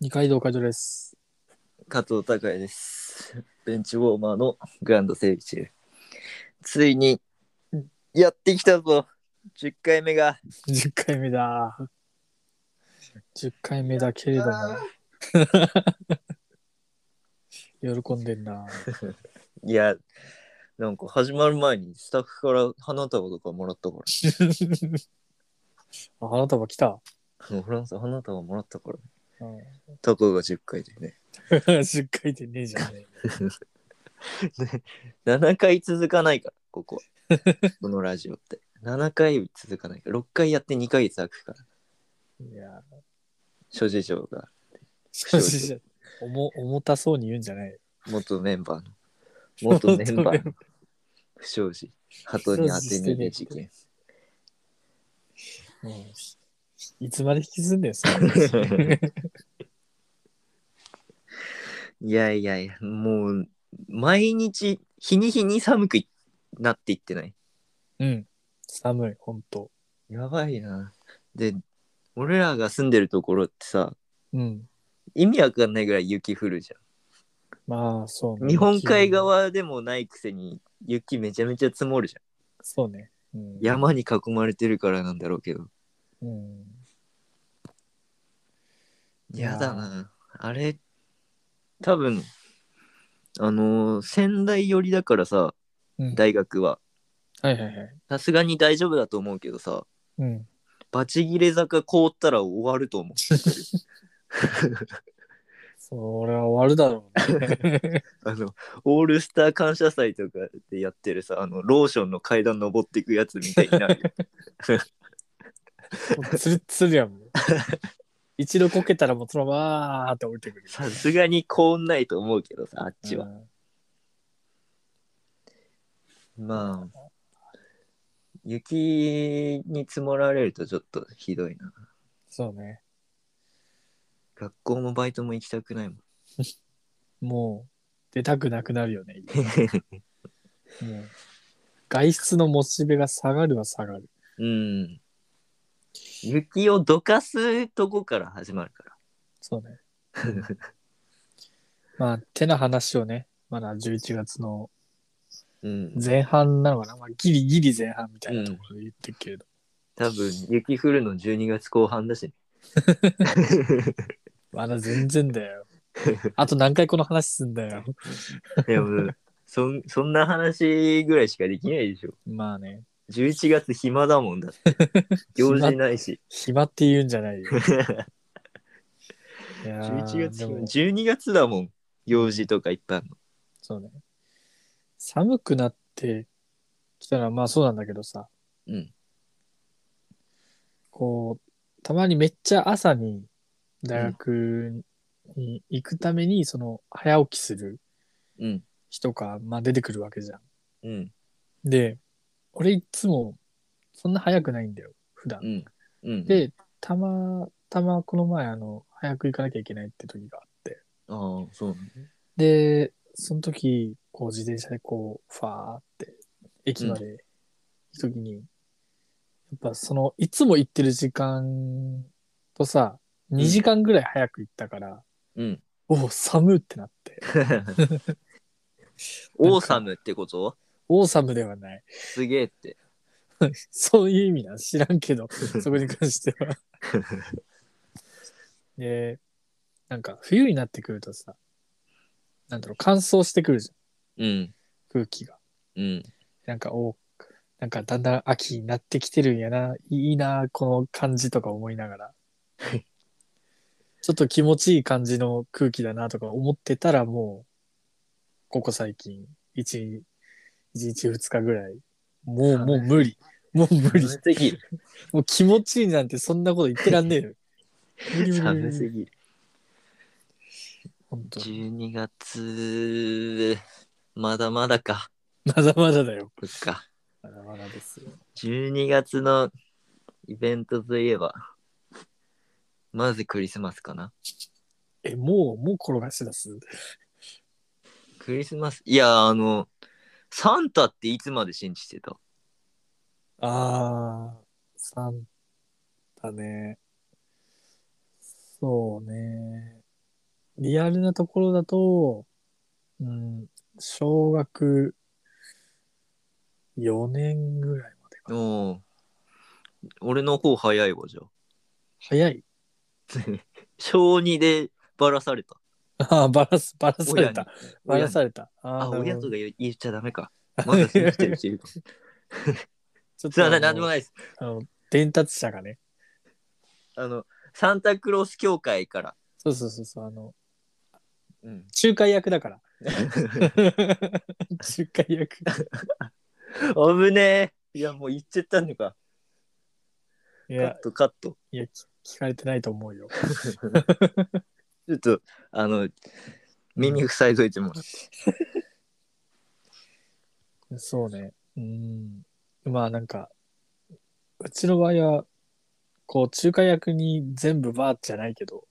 二階堂会長です。加藤孝也です。ベンチウォーマーのグランド整備中。ついにやってきたぞ !10 回目が。 10回目だ。10回目だけれども、喜んでん な。いや、なんか始まる前にスタッフから花束とかもらったかあ、花束来た。ら。フランス花束もらったから。うん、タコが10回でね。 10回でねえじゃんね。 7回続かないから、ここ。このラジオって。7回続かないから。6回やって2ヶ月空くから。いや、諸事情が。そうじゃ重重たそうに言うんじゃない。元メンバーの 元メンバーの不祥事鳩に当て逃げ事件うん、いつまで引きずんでんすか いやいやいやもう毎日日に日に寒くなっていってないうん。寒い、ほんと。やばいなで俺らが住んでるところってさうん。意味わかんないぐらい雪降るじまあ、そうゃねん日本海。側でもないくせに雪めちゃめちゃ積もるじゃそうね。うんん。山に囲まれてるからなんだろうけどうん。やだな。あれ、多分、あのー仙台寄りだからさ、うん。はい大学は。はいはい。さすがに大丈夫だと思うけどさ、うん。バチ切れ坂凍ったら終わると思う。 それは終わるだろうね。あの、オールスター感謝祭とかでやってるさ、あの、ローションの階段登っていくやつみたいになる よ。もうつるっつるやん。もう一度こけたらもうそのままわーって降りてくる。さすがに凍んないと思うけどさ、あっちは。うんまあ、雪に積もられるとちょっとひどいな。そうね。学校もバイトも行きたくないもん。もう出たくなくなるよね。もう外出のモチベが下がるは下がる。うん。雪をどかすとこから始まるかそうね。まあ、手の話をね、まだ11月のら。うん。前半なのかな。まあ、ギリギリ前半みたいなところで言ってるけれど。多分、雪降るの12月後半だし、ね。まだ全然だよ。あと何回この話すんだよ。でも、そん そんな話ぐらいしかできないでしょ。まあね、 11月暇だもんだって。 行事ないし。暇って言うんじゃ ないよ。 11いやー月で暇、も12月だもん。行事とかいっぱいあるの。そうね。寒くなってきたら、まあそうなんだけどさ、うん。こう、たまにめっちゃ朝に大学に行くために、その、早起きするうん。人が、まあ出てくるわけじゃうん。ん。で、俺いつも、そんな早くないんだよ、普段う。ん。うん。、で、たまたまこの前、あの、早く行かなきゃいけないって時があって、ああ、そうなんだで、その時、こう自転車でこう、ファーって、駅まで行く時に、やっぱその、いつも行ってる時間とさ、2時間ぐらい早く行ったから、 うん。おお、寒ってなって。オーサムってことオーサムではない。すげえって。そういう意味なん知らんけど、そこに関しては。で、なんか冬になってくるとさ、なんだろう、乾燥してくるじゃん、うん。空気が。うん。なんか、おなんかだんだん秋になってきてるんやな、いいな、この感じとか思いなが ら。ちょっと気持ちいい感じの空気だなとか思ってたらもう、ここ最近、1、1日2日ぐらい、もう、もう無 理。もう無理。寒すぎる。もう気持ちいいなんてそんなこと言ってらんねえよ。無理無理無理寒すぎる。本 当12月、まだまだか。まだまだだよ。そっか。まだまだですよ。 12月のイベントといえば、まずクリスマスかな。え、もう、もう転がし出す。クリスマス、いや、あの、サンタっていつまで信じてたああ、サンタね。そうね。リアルなところだと、うん、小学4年ぐらいまでかおな。お。俺の方早いわ、じゃあ。早い。小2でバラされた。ああ、バラす、バラされた。バ親ラにされた。ああ、ーなるほど親とか言っちゃダ メか。まだ生きてる人いるか。すいちょっません、あなんでのもないです。あの伝達者がね。あの、サンタクロース協会から。そうそうそうそう。あの、うん。仲介役だ から。 仲介役。危ねえ。いや、もう言っちゃったのか。いカッや、ト、カット。いや、聞聞かれてないと思うよ。ちょっと、あの、耳塞いといてもらって。そうね。うん。まあなんか、うちの場合は、こう、仲介役に全部バーじゃないけど、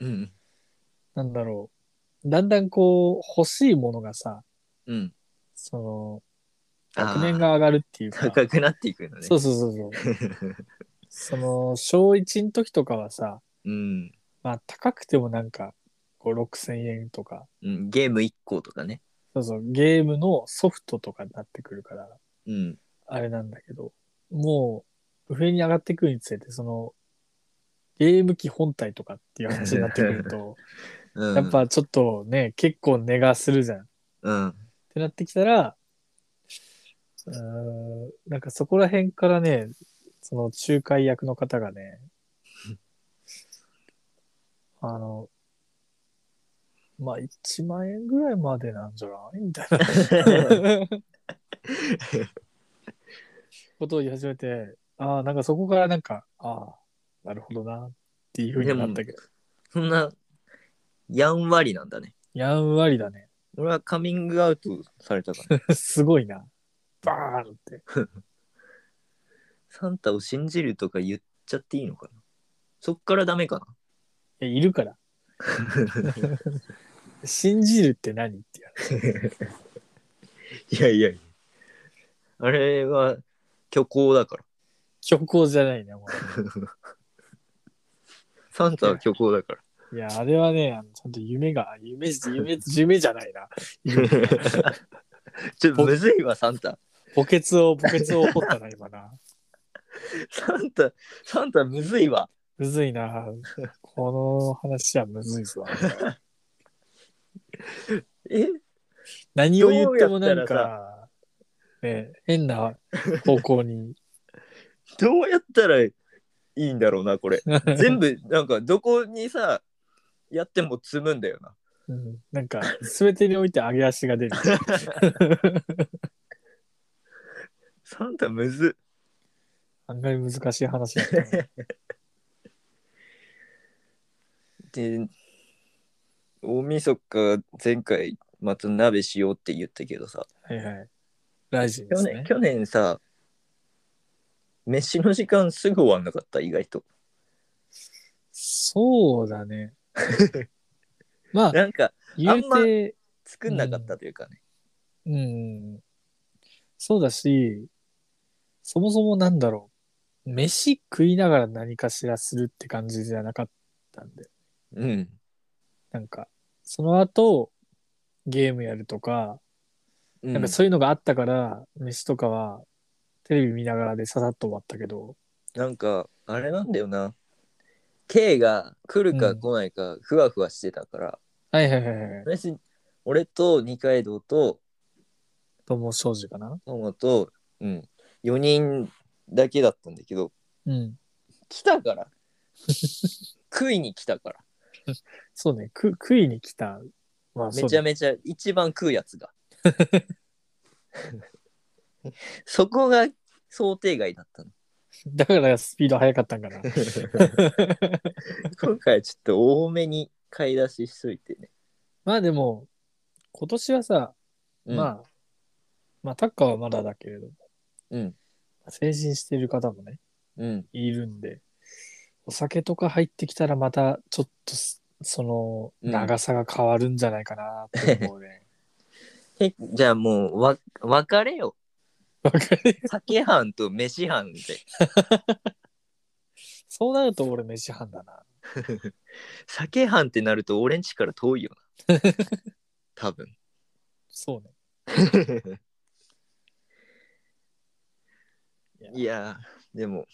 うん。なんだろう。だんだんこう、欲しいものがさ、うん。その、あー学年が上がるっていうか、高くなっていくのね。そうそうそうそう。その、小1の時とかはさ、 うん。まあ高くてもなんか、こう、6000円とか、うん。ゲーム1個とかね。そうそう、ゲームのソフトとかになってくるから、うん。あれなんだけど、もう、上に上がってくるにつれて、その、ゲーム機本体とかっていう話になってくると、うん、やっ、ぱちょっとね、結構値がするじゃん。っ うん。てなってきたら、うーん、なんかそこら辺からね、その仲介役の方がね、あの、まあ、1万円ぐらいまでなんじゃないみたいな。ことを言い始めて、ああ、なんかそこからなんか、ああ、なるほどな、っていうふうになったけど、そんな、やんわりなんだね。やんわりだね。俺はカミングアウトされたか ら。すごいな。バーンって。サンタを信じるとか言っちゃっていいのかなそっからダメかえ、いるから。な信じるって何ってやいやいやいや。あれは虚構だから。虚構じゃないね、もサンタは虚構だから。う。いや、あれはね、あのちゃんと夢が、夢、夢、夢じゃないな。夢 ちょっとむずいわ、サンタ。墓穴を、墓穴を掘ったな、今な。サンタ、サンタむずいわ。むずいな。この話はむずいぞ。え何を言ってもなんどうやったか、ね、変な方向に。どうやったらいいんだろうな、こ れ。全部、なんかどこにさ、やっても積むんだよな。 うん、なんか、すべてにおいて上げ足が出る。サンタむず案外難しい話 だったね。で大晦日前回また鍋しようって言ったけどさ、はいはい。大事で去す年ね。去年さ飯の時間すぐ終わんなかった意外とそうだ ね。まあ、なんか言うて、作んなかったというかね、うん。そうだし、そもそもなんだろう。飯食いながら何かしらするって感じじゃなかったんで。うん、なんか、その後、ゲームやるとか、うんなんかそういうのがあったから、飯とかはテレビ見ながらでささっと終わったけど、なんかあれなんだよな K が来るか来ないかふわふわしてたから、はいはいはいはい。私俺と二階堂と友庄司かな友と、うん、4人だけだったんだけどうん。来たから 食いに来たからそうね、く食いに来た。まあ、めそうちゃねめちゃ一番食うやつが そこが想定外だ ったのだからスピード速かったんかな。今回ちょっと多めに買い出ししといてね、まあでも、今年はさ、うんまあ、まあタッカーはまだだけれども、うん成人してる方もね、うんいるんで、お酒とか入ってきたらまたちょっとす、その、うん長さが変わるんじゃないかなって思うね。え じゃあもうわ別れよわかる 酒飯と飯飯でそうなると俺飯飯だな。酒班ってなると俺んちから遠いよな。多分。そうね。いやー、でも、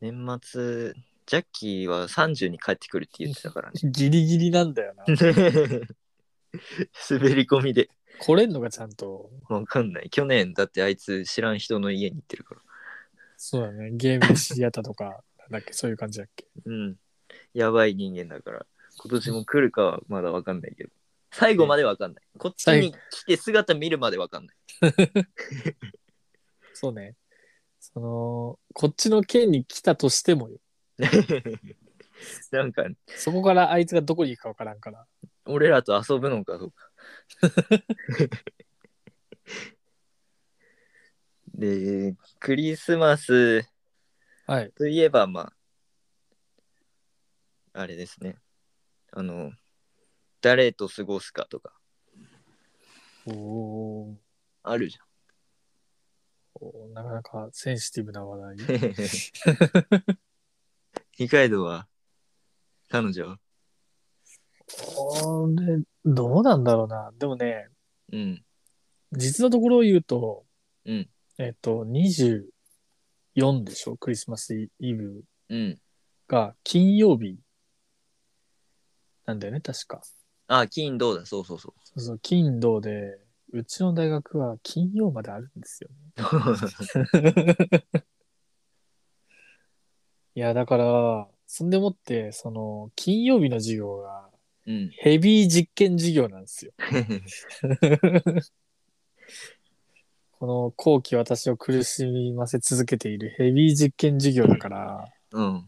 年末、ジャッキーは30に帰ってくるって言ってたから ね。ギリギリなんだよな。滑り込みで。来れんのがちゃんと。わかんない。去年、だってあいつ知らん人の家に行ってるから。そうだね。ゲームシアターと か、なんだっけ、そういう感じだっけ。うん。やばい人間だから。今年も来るかはまだわかんないけど。最後までわかんない。こっちに来て姿見るまでわかんない。そうね。その、こっちの県に来たとしてもよ。 なんか、そこからあいつがどこに行くかわからんから。俺らと遊ぶのかどうか。 で、クリスマスはい。といえば、まあ、あれですね。あの、誰と過ごすかとか、おーあるじおーなかなかセンシティブな話ゃ 題。ん。二階堂は、彼女はこれ、どうなんだろうな。でもね、うん。実のところを言うと、うんえっと、24でしょクリスマスイブうん。が金曜日なんだよね、確か。あ、金、どうだ、そうそうそう。そうそう、金土で、うちの大学は金曜まであるんですよね。いや、だから、そんでもって、その、金曜日の授業がうん。ヘビー実験授業なんですよ。この後期私を苦しませ続けているヘビー実験授業だから、うん。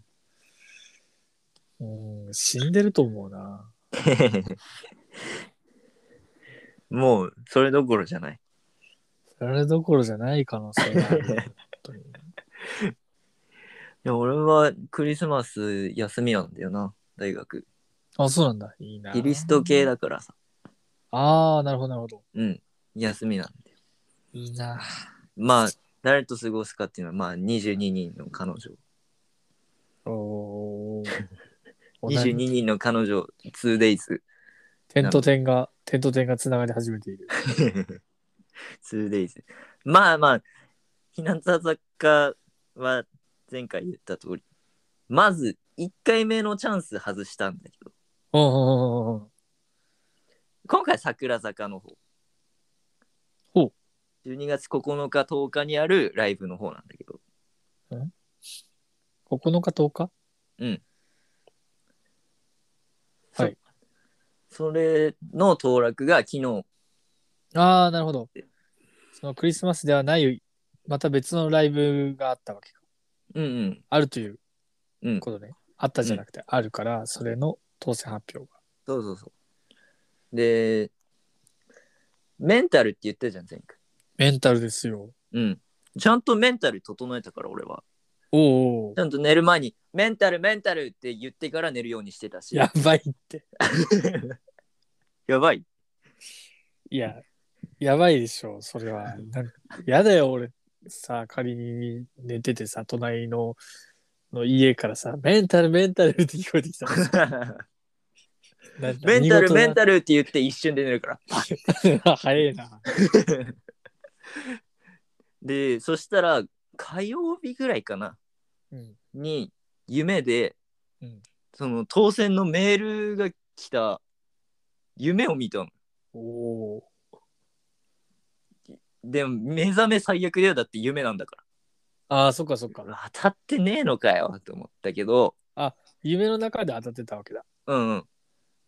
うん、死んでると思うな。もう、それどころじゃない。それどころじゃない可能性がある。 本当にいや、俺はクリスマス休みなんだよな、大学。あ、そうなんだ。いいな。キリスト系だからさ。ああ、なるほど、なるほど。うん、休みなんだよ。いいな。まあ、誰と過ごすかっていうのは、まあ、22人の彼女。おー22人の彼女、2days。点と点が、点と点がつながり始めている。 2days。まあまあ、日向坂は前回言った通り、まず1回目のチャンス外したんだけど、うんうんうんうんうん。今回桜坂の方。ほう。 12月9日、10日にあるライブの方なんだけど、 9日、10日はいそれの当落が昨日、ああ、なるほど。そのクリスマスではない、また別のライブがあったわけか。うんうん、あるといううん、ことね。あったじゃなくて、あるから、それの当選発表が。そうそうそう。で、メンタルって言ったじゃん、前回。メンタルですよ。うん。ちゃんとメンタル整えたから、俺は。おうおうちゃんと寝る前に、メンタル、メンタルって言ってから寝るようにしてたし。やばいって。やばい。いや、やばいでしょ、それは。なんやだよ、俺。さ、仮に寝ててさ、隣のの家からさ、メンタル、メンタルって聞こえてきたの。な メンタル、メンタタルって言って一瞬で寝るから。ル。 早いな。で、そしたら、火曜日ぐらいかな、うん。に、夢で、うんその当選のメールが来た夢を見たの。おおでも、目覚め最悪だよ。だって夢なんだから。ー。ああ、そっかそっか。当たってねえのかよと思ったけど、夢の中で当たってたわけだ。うん、うん。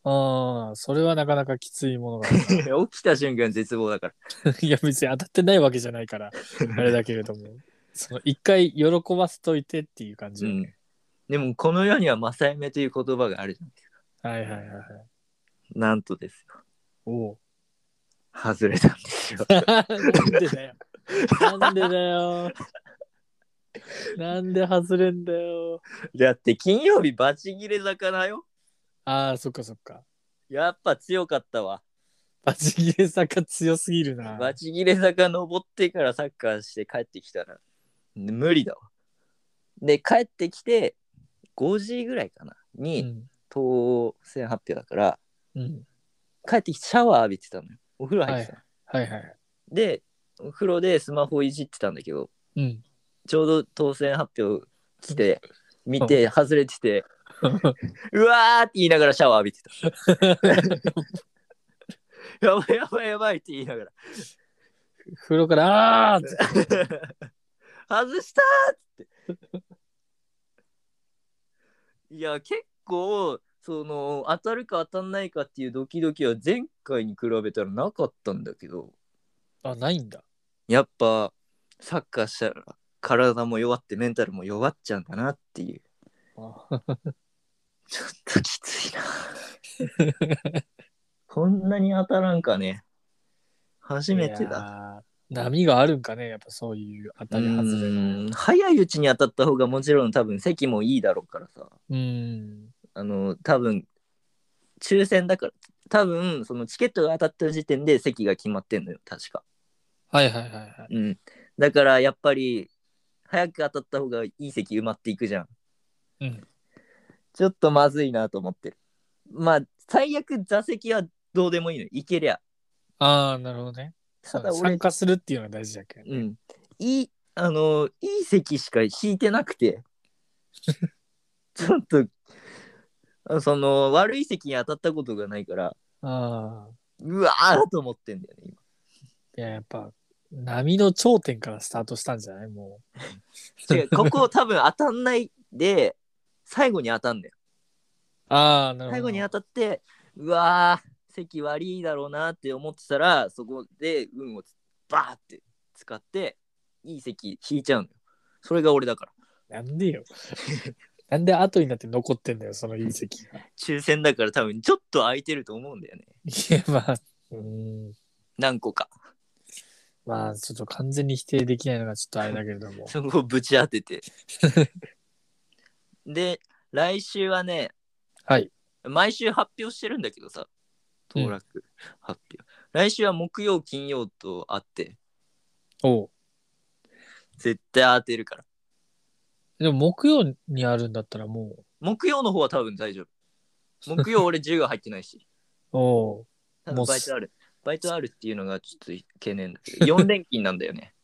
ああ、それはなかなかきついものがあるな 起きた瞬間絶望だから。いや、別に当たってないわけじゃない から、あれだけれども。その一回喜ばせといてっていう感じよね。でも、この世には正夢という言葉があるじゃないですか。はいはいはいはい。なんとですよ。おお。。外れたんですよなんでだよ。なんでだよ。なんで外れんだよ。だって、金曜日バチギレ魚よ。ああ、そっかそっか。やっぱ強かったわ。バチギレ坂強すぎるな。バチギレ坂登ってからサッカーして帰ってきたら無理だわ。で帰ってきて5時ぐらいかな。うにん。東西発表だから、うん。帰ってきてシャワー浴びてたのよ。お風呂入ってたの、はいはい。で、お風呂でスマホいじってたんだけど、うん。ちょうど当選発表来て、見て、外れて て、うわーって言いながらシャワー浴びてた。 やばいやばいやばいって言いながら。風呂から、あーって 外したーっつって。いや、結構、その、当たるか当たんないかっていうドキドキは前回に比べたらなかったんだけど、あ、ないんだ。やっぱ、サッカーしたら体も弱ってメンタルも弱っちゃうんだなっていう。あちょっときついな。 こんなに当たらんかね。初めてだ。だ。波があるんかね、やっぱそういう当たり外れの。うん早いうちに当たった方がもちろん多分席もいいだろうからさ。うん。あの多分抽選だから多分そのチケットが当たった時点で席が決まってんのよ確か、はいはいはいはい。うん、だからやっぱり早く当たった方がいい席埋まっていくじゃん、うん、ちょっとまずいなと思ってるまあ最悪座席はどうでもいいのよ行けりゃああ、なるほどね。ただ俺参加するっていうのが大事だけどね。うんいいあのいい席しか引いてな くてちょっとあその悪い席に当たったことがないからああ。うわーと思ってんだよね今いや、やっぱ、波の頂点からスタートしたんじゃないもう。違うここ多分当たんないで最後に当たんだよああ、なるほど。最後に当たってうわー席悪いだろうなって思ってたらそこで運をつバーって使っていい席引いちゃうのよそれが俺だからなん でよ。なんで後になって残ってんだよ、その隕石が。抽選だから多分ちょっと空いてると思うんだよねいや、まあ、うーん。何個かまあ、ちょっと完全に否定できないのがちょっとあれだけれども。そこをぶち当て てで来週はねはい。毎週発表してるんだけどさうん当落発表、来週は木曜金曜とあっておう絶対当てるからでも、木曜にあるんだったらも木曜の方は多分大丈夫木曜俺10が入ってな いしう、おうただもうバイトあるバイトあるっていうのがちょっと懸念だけ ど4連勤なんだよね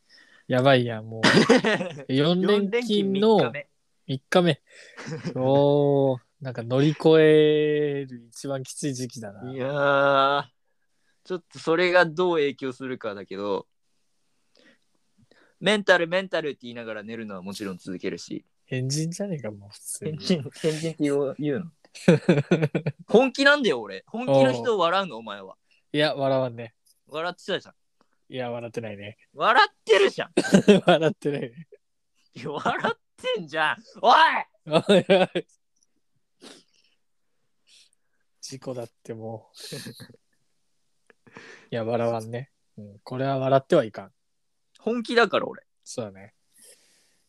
やばいやん、も う。4 4連勤の3 3日目日目。おー、なんか乗り越える一番きつい時期だな。いやーちょっとそれがどう影響するかだけどメンタルメンタルって言いながら寝るのはもちろん続けるし変人じゃねえか、もう普通変に。人、変人って言う言うの本気なんだよ、俺。本気の人を笑うの、お前は。いや、笑わんね。笑ってたじゃん。いや、笑ってないね。笑ってるじゃん。 笑ってないね。いや笑ってんじゃん。おい おいおい事故だってもう。いや、笑わんね、うん。これは笑ってはいかん。本気だから、俺。そうだね。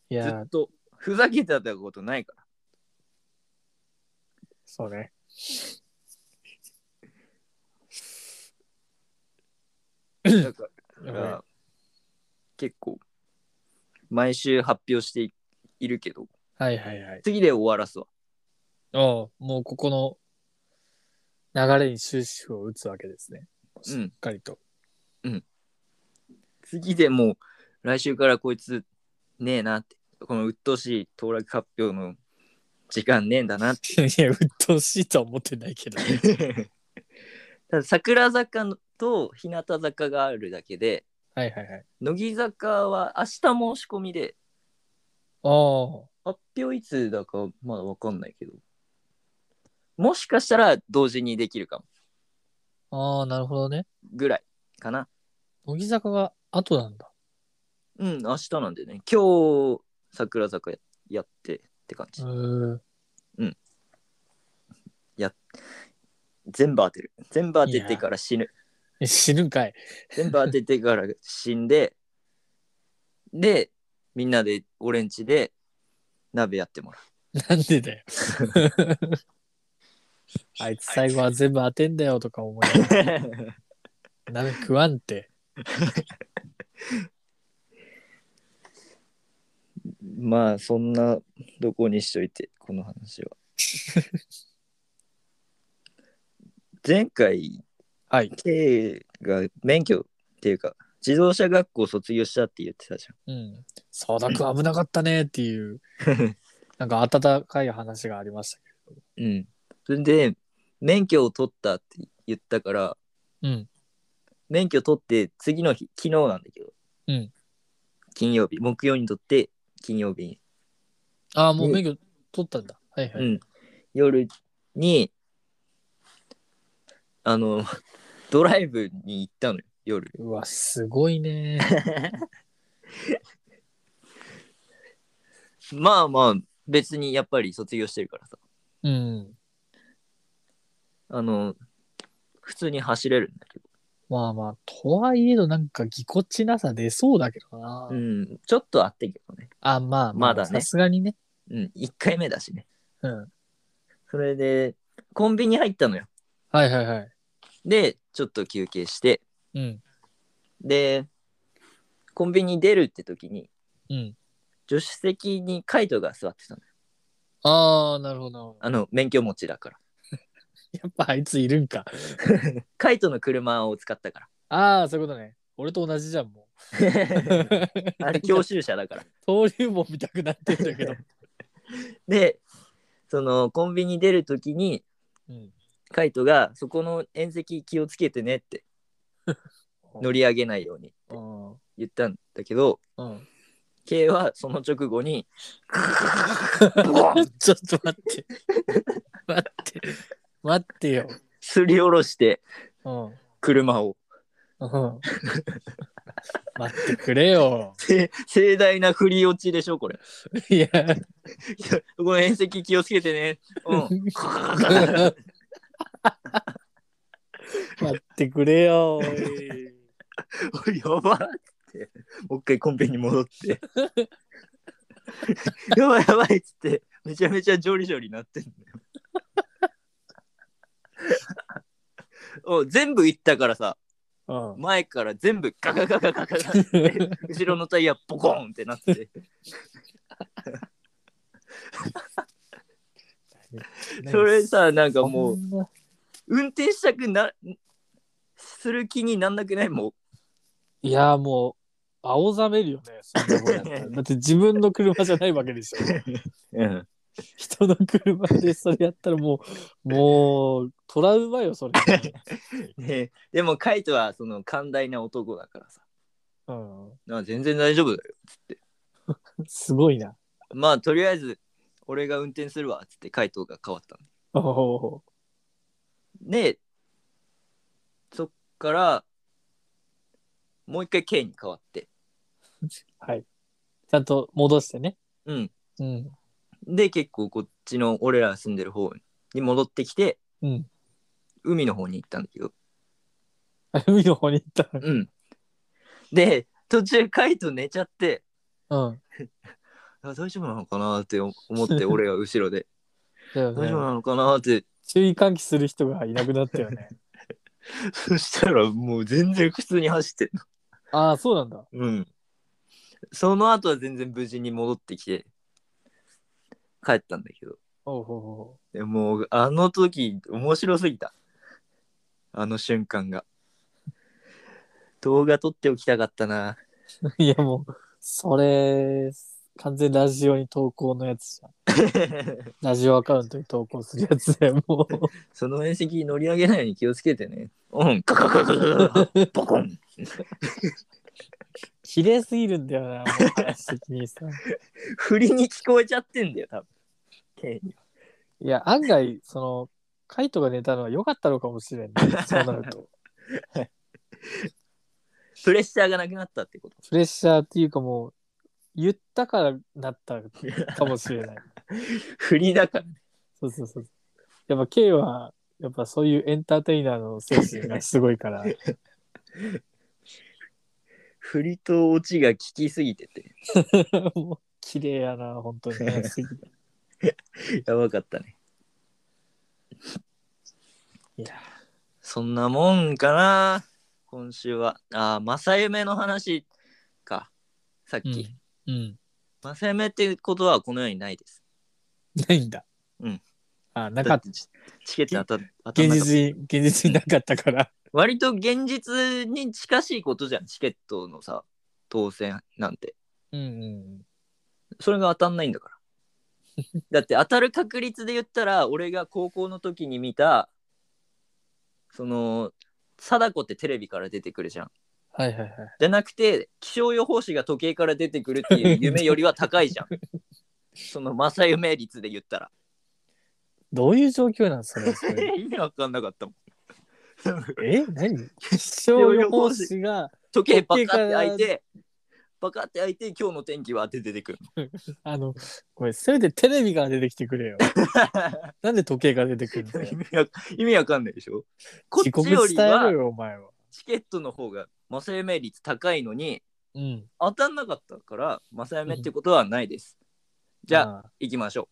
いずやっ、と。ふざけてたことないから。そうね。だかやばいら、結構、毎週発表していいるけど、はいはいはい。次で終わらすわ。おうもうここの流れに終止符を打つわけですね。しっかりと。次でもう、来週からこいつ、ねえなって。この鬱陶しい当落発表の時間ねえんだなって。いや、鬱陶しいとは思ってないけど。 ただ桜坂のと日向坂があるだけではいはいはい。乃木坂は明日申し込みでおう発表いつだかまだ分かんないけどもしかしたら同時にできるかもああ、なるほどね。ぐらいかな乃木坂が後なんだ。うん明日なんでね今日桜坂ややってって感じ、うん。全部当てる全部当ててから死ぬえ死ぬんかい。全部当ててから死んででみんなでオレンジで鍋やってもらうなんでだよ。 あいつ最後は全部当てんだよとか思いながら。鍋食わんって。まあそんなどこにしといてこの話は 前回、はい。 K が免許っていうか、自動車学校卒業したって言ってたじうん。沢田くん危なかったねって いう、なんか温かい話がありましたけゃん。うん。それで、免許を取ったって言ったから、ど。うん。免許取って次の日、昨日なんだけど、うん金曜日、木曜に取って、金曜日に、ああ、もうね免許取ったんだ。はいはうい。ん、夜に、あの、 ドライブに行ったのよ、夜。うわ、すごい ね。まあまあ、別にやっぱり卒業してるからさ、うん。あの、普通に走れるんだけど、まあまあ、とはいえど、なんかぎこちなさ出そうだけどな。うん、ちょっとあってけどね、あ、まあまださねすがにね。うん、1回目だしね。うん。それで、コンビニ入ったのよ。はいはいはい。で、ちょっと休憩して、うん。で、コンビニ出るって時に、うん。助手席にカイトが座ってたのよ。ああ、なるほど。あの、免許持ちだから。やっぱあいついるんか。カイトの車を使ったかああ、そういうことね。俺と同じじゃん、も ら。う。あれ、教習車だから。登竜門見たくなってんだけど。 で、その、コンビニ出る時に、うん。カイトが、そこの縁石気をつけてね って、乗り上げないようにうん。言ったんだけど、うん。 K はその直後に、 ちょっと待って。待って。待ってよ。すりおろして、うん。車を。うん。待ってくれよ。せ盛大な振り落ちでしょ、これ。いや。いやこの縁石気をつけてね。 うん。 待ってくれよ。おいおい やばって。もう一回コンビニ戻って。 やばいやばいっつって、めちゃめちゃジョリジョリなってんだよ。お 全部行ったからさ、うん。前から全部ガガガガガガガって、後ろのタイヤポコンってな って、 それさ、なんかもう、う。運転したくな、する気になんなくないもいや、もう、青ざめるよね。そんなことやった らだって自分の車じゃないわけでしょ。う。うん人の車でそれやったらもう、もう、トラウマよ、 それ。ね、でもカイトはその寛大な男だからさうん。あ全然大丈夫だよすごいな。まあとりあえず俺が運転するわっつってカイトが変わったのおお。でそっからもう一回 K に変わってはい。ちゃんと戻してね。うんうん。で結構こっちの俺ら住んでる方に戻ってきてうん。海の方に行ったんだけどあ海の方に行ったうんで途中カイト寝ちゃっての。うん。あ大丈夫なのかなって思って俺が後ろでだよ大丈夫ね。なのかなって注意喚起する人がいなくなったよ ね。そしたらもう全然普通に走ってああ、そうなんだ。うん。その後は全然無事に戻ってきて、帰ったんだけど。おうほうほでもう、あの時、面白すぎた。あの瞬間が。動画撮っておきたかった な。うほう。いや、もう、それ、完全ラジオに投稿のやつじゃん。ラジオアカウントに投稿するやつだよ、もう。その縁石乗り上げないように気をつけてね。うん、カカカカカカカ、ポコン。綺麗すぎるんだよな、もう話的にさ。振りに聞こえちゃってんだよ、多分。K にいや、案外、その、カイトが寝たのは良かったのかもしれんね。そうなると。プレッシャーがなくなったってこと。プレッシャーっていうかもう、言ったからなったかもしれない。振りだから。そうそうそう。やっぱ K は、やっぱそういうエンターテイナーの精神がすごいから、振りとオチが効きすぎてて、もう、綺麗やな、本 当にね。 やばかったね。いや、そんなもんかな今週は。ああ、正夢の話か。さっうき。ん。うん。正夢ってことはこの世にないです。ないんだ。うん。あ、なかっだてチチケット当た当た。たん現なかった実に、現実になかったから。割と現実に近しいことじゃんチケットのさ当選なんてうんうん。それが当たんないんだから だって当たる確率で言ったら俺が高校の時に見たその貞子ってテレビから出てくるじゃんはいはいはい。じゃなくて気象予報士が時計から出てくるって いう夢よりは高いじゃんその正夢率で言ったらどういう状況なんそれ。そ れ意味わかんなかったもんえ何気象予報士が時計パカって開いてパカって開いて今日の天気はって出てくるあのこれせめてテレビが出てきてく れよなんで時計が出てくるんだよ意味わ意味わかんないでしょこ時っ刻ちより伝えろはよお前はチケットの方が正夢率高いのにうん当たんなかったから正夢ってことはないです、じゃあああ行きましょ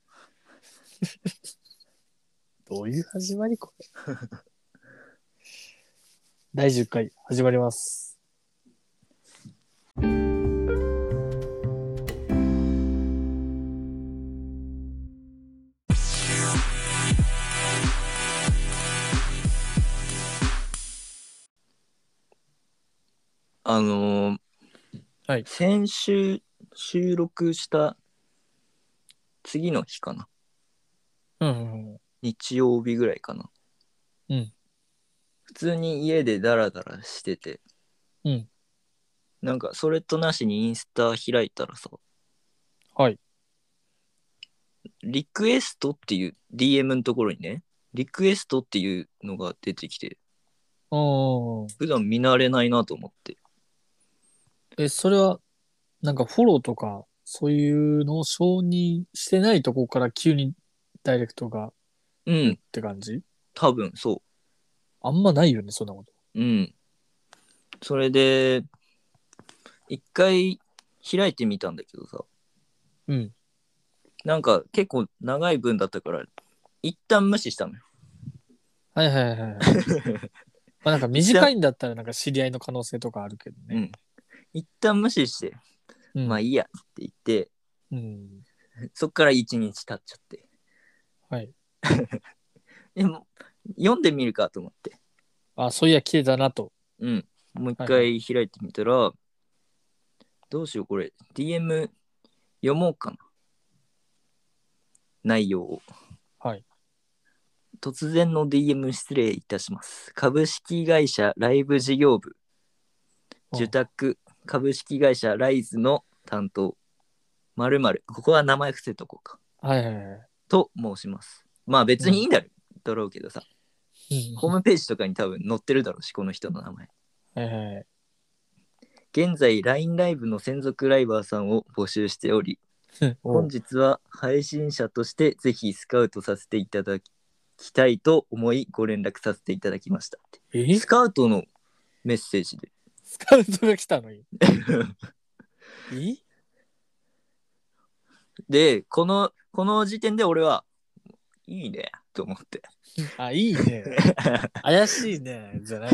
どういう始まりこれ第10回始まりますうあのーはい先週収録した次の日かなうんうん日曜日ぐらいかなうん普通に家でダラダラしててうんなんかそれとなしにインスタ開いたらさはいリクエストっていう DM のところにねリクエストっていうのが出てきてうん普段見慣れないなと思ってえそれはなんかフォローとかそういうのを承認してないとこから急にダイレクトがっうんて感じ多分そあんまないよねそんなことううんそれで一回開いてみたんだけどさうんなんか結構長い文だったから一旦無視したのよはいはい はいはいまあなんか短いんだったらなんか知り合いの可能性とかあるけどうね。ん一旦無視してうんまあいいやって言ってうん。そっから一日経っちゃってはい。でも読んでみるかと思ってあ、そういや、消えたなと。うん。もう一は回開いてみたら、どうしようこれ、DM 読もうかな。内容を。はい。突然の DM 失礼いたします。株式会社ライブ事業部、受託株式会社ライズの担当、まるまるここは名前伏せとこうか。うん。はいはいはい。と申します。まあ別にいいんだろうけどさ、ホームページとかに多分載ってるだろうし、この人の名前。うんはいはい。現在 LINE ライブの専属ライバーさんを募集しており本日は配信者としてぜひスカウトさせていただきたいと思いご連絡させていただきましたえスカウトのメッセージでスカウトが来たのに。 えでこのこの時点で俺はいいねと思ってあ、いいね。怪しいね。じゃない。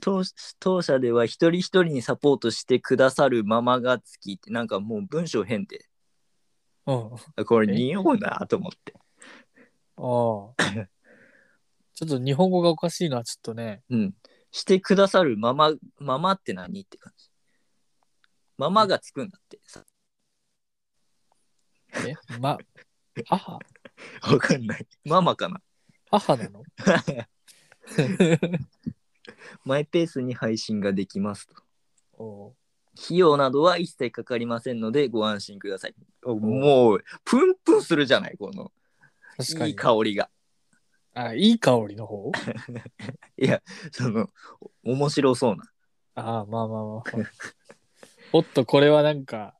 当当社では一人一人にサポートしてくださるママがつきってなんかもう文章変でうん。ああ。あこれ似合うなと思ってちょっと日本語がおかしいのはちょっとね。うん。してくださるまま、ままって何って感じ。ままがつくんだってさ。えま、母わかんない。ママかな。母なのマイペースに配信ができますと。おう費用などは一切かかりませんのでご安心ください。おもう、プンプンするじゃない、この、確かに。いい香りが。あ、いい香りの方いや、その、お面白そうな。ああ、まあまあまあ まあ。おっと、これはなんか、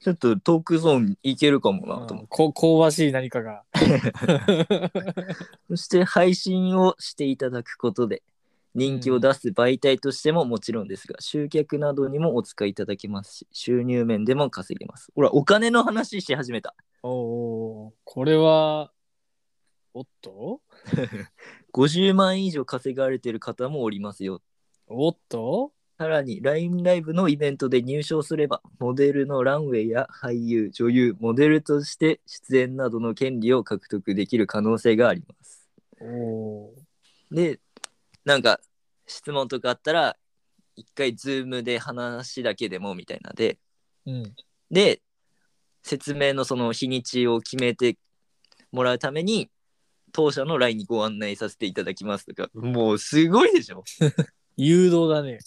ちょっとトークゾーンいけるかもうなと思ってんこ香ばしい何かが。そして配信をしていただくことで人気を出す媒体としてももちろんですが、集客などにもお使いいただけますし収入面でも稼げますほらお金の話し始めたおうおうおうこれは、おっと50万円以上稼がれてる方もおりますよおっとさらに LINE ライブのイベントで入賞すれば、モデルのランウェイや俳優、女優、モデルとして出演などの権利を獲得できる可能性があります。おーで、なんか質問とかあったら、一回ズームで話だけでもみたいなで、うん。で、説明のその日にちを決めてもらうために、当社の LINE にご案内させていただきますとか、もうすごいでしょ誘導だね。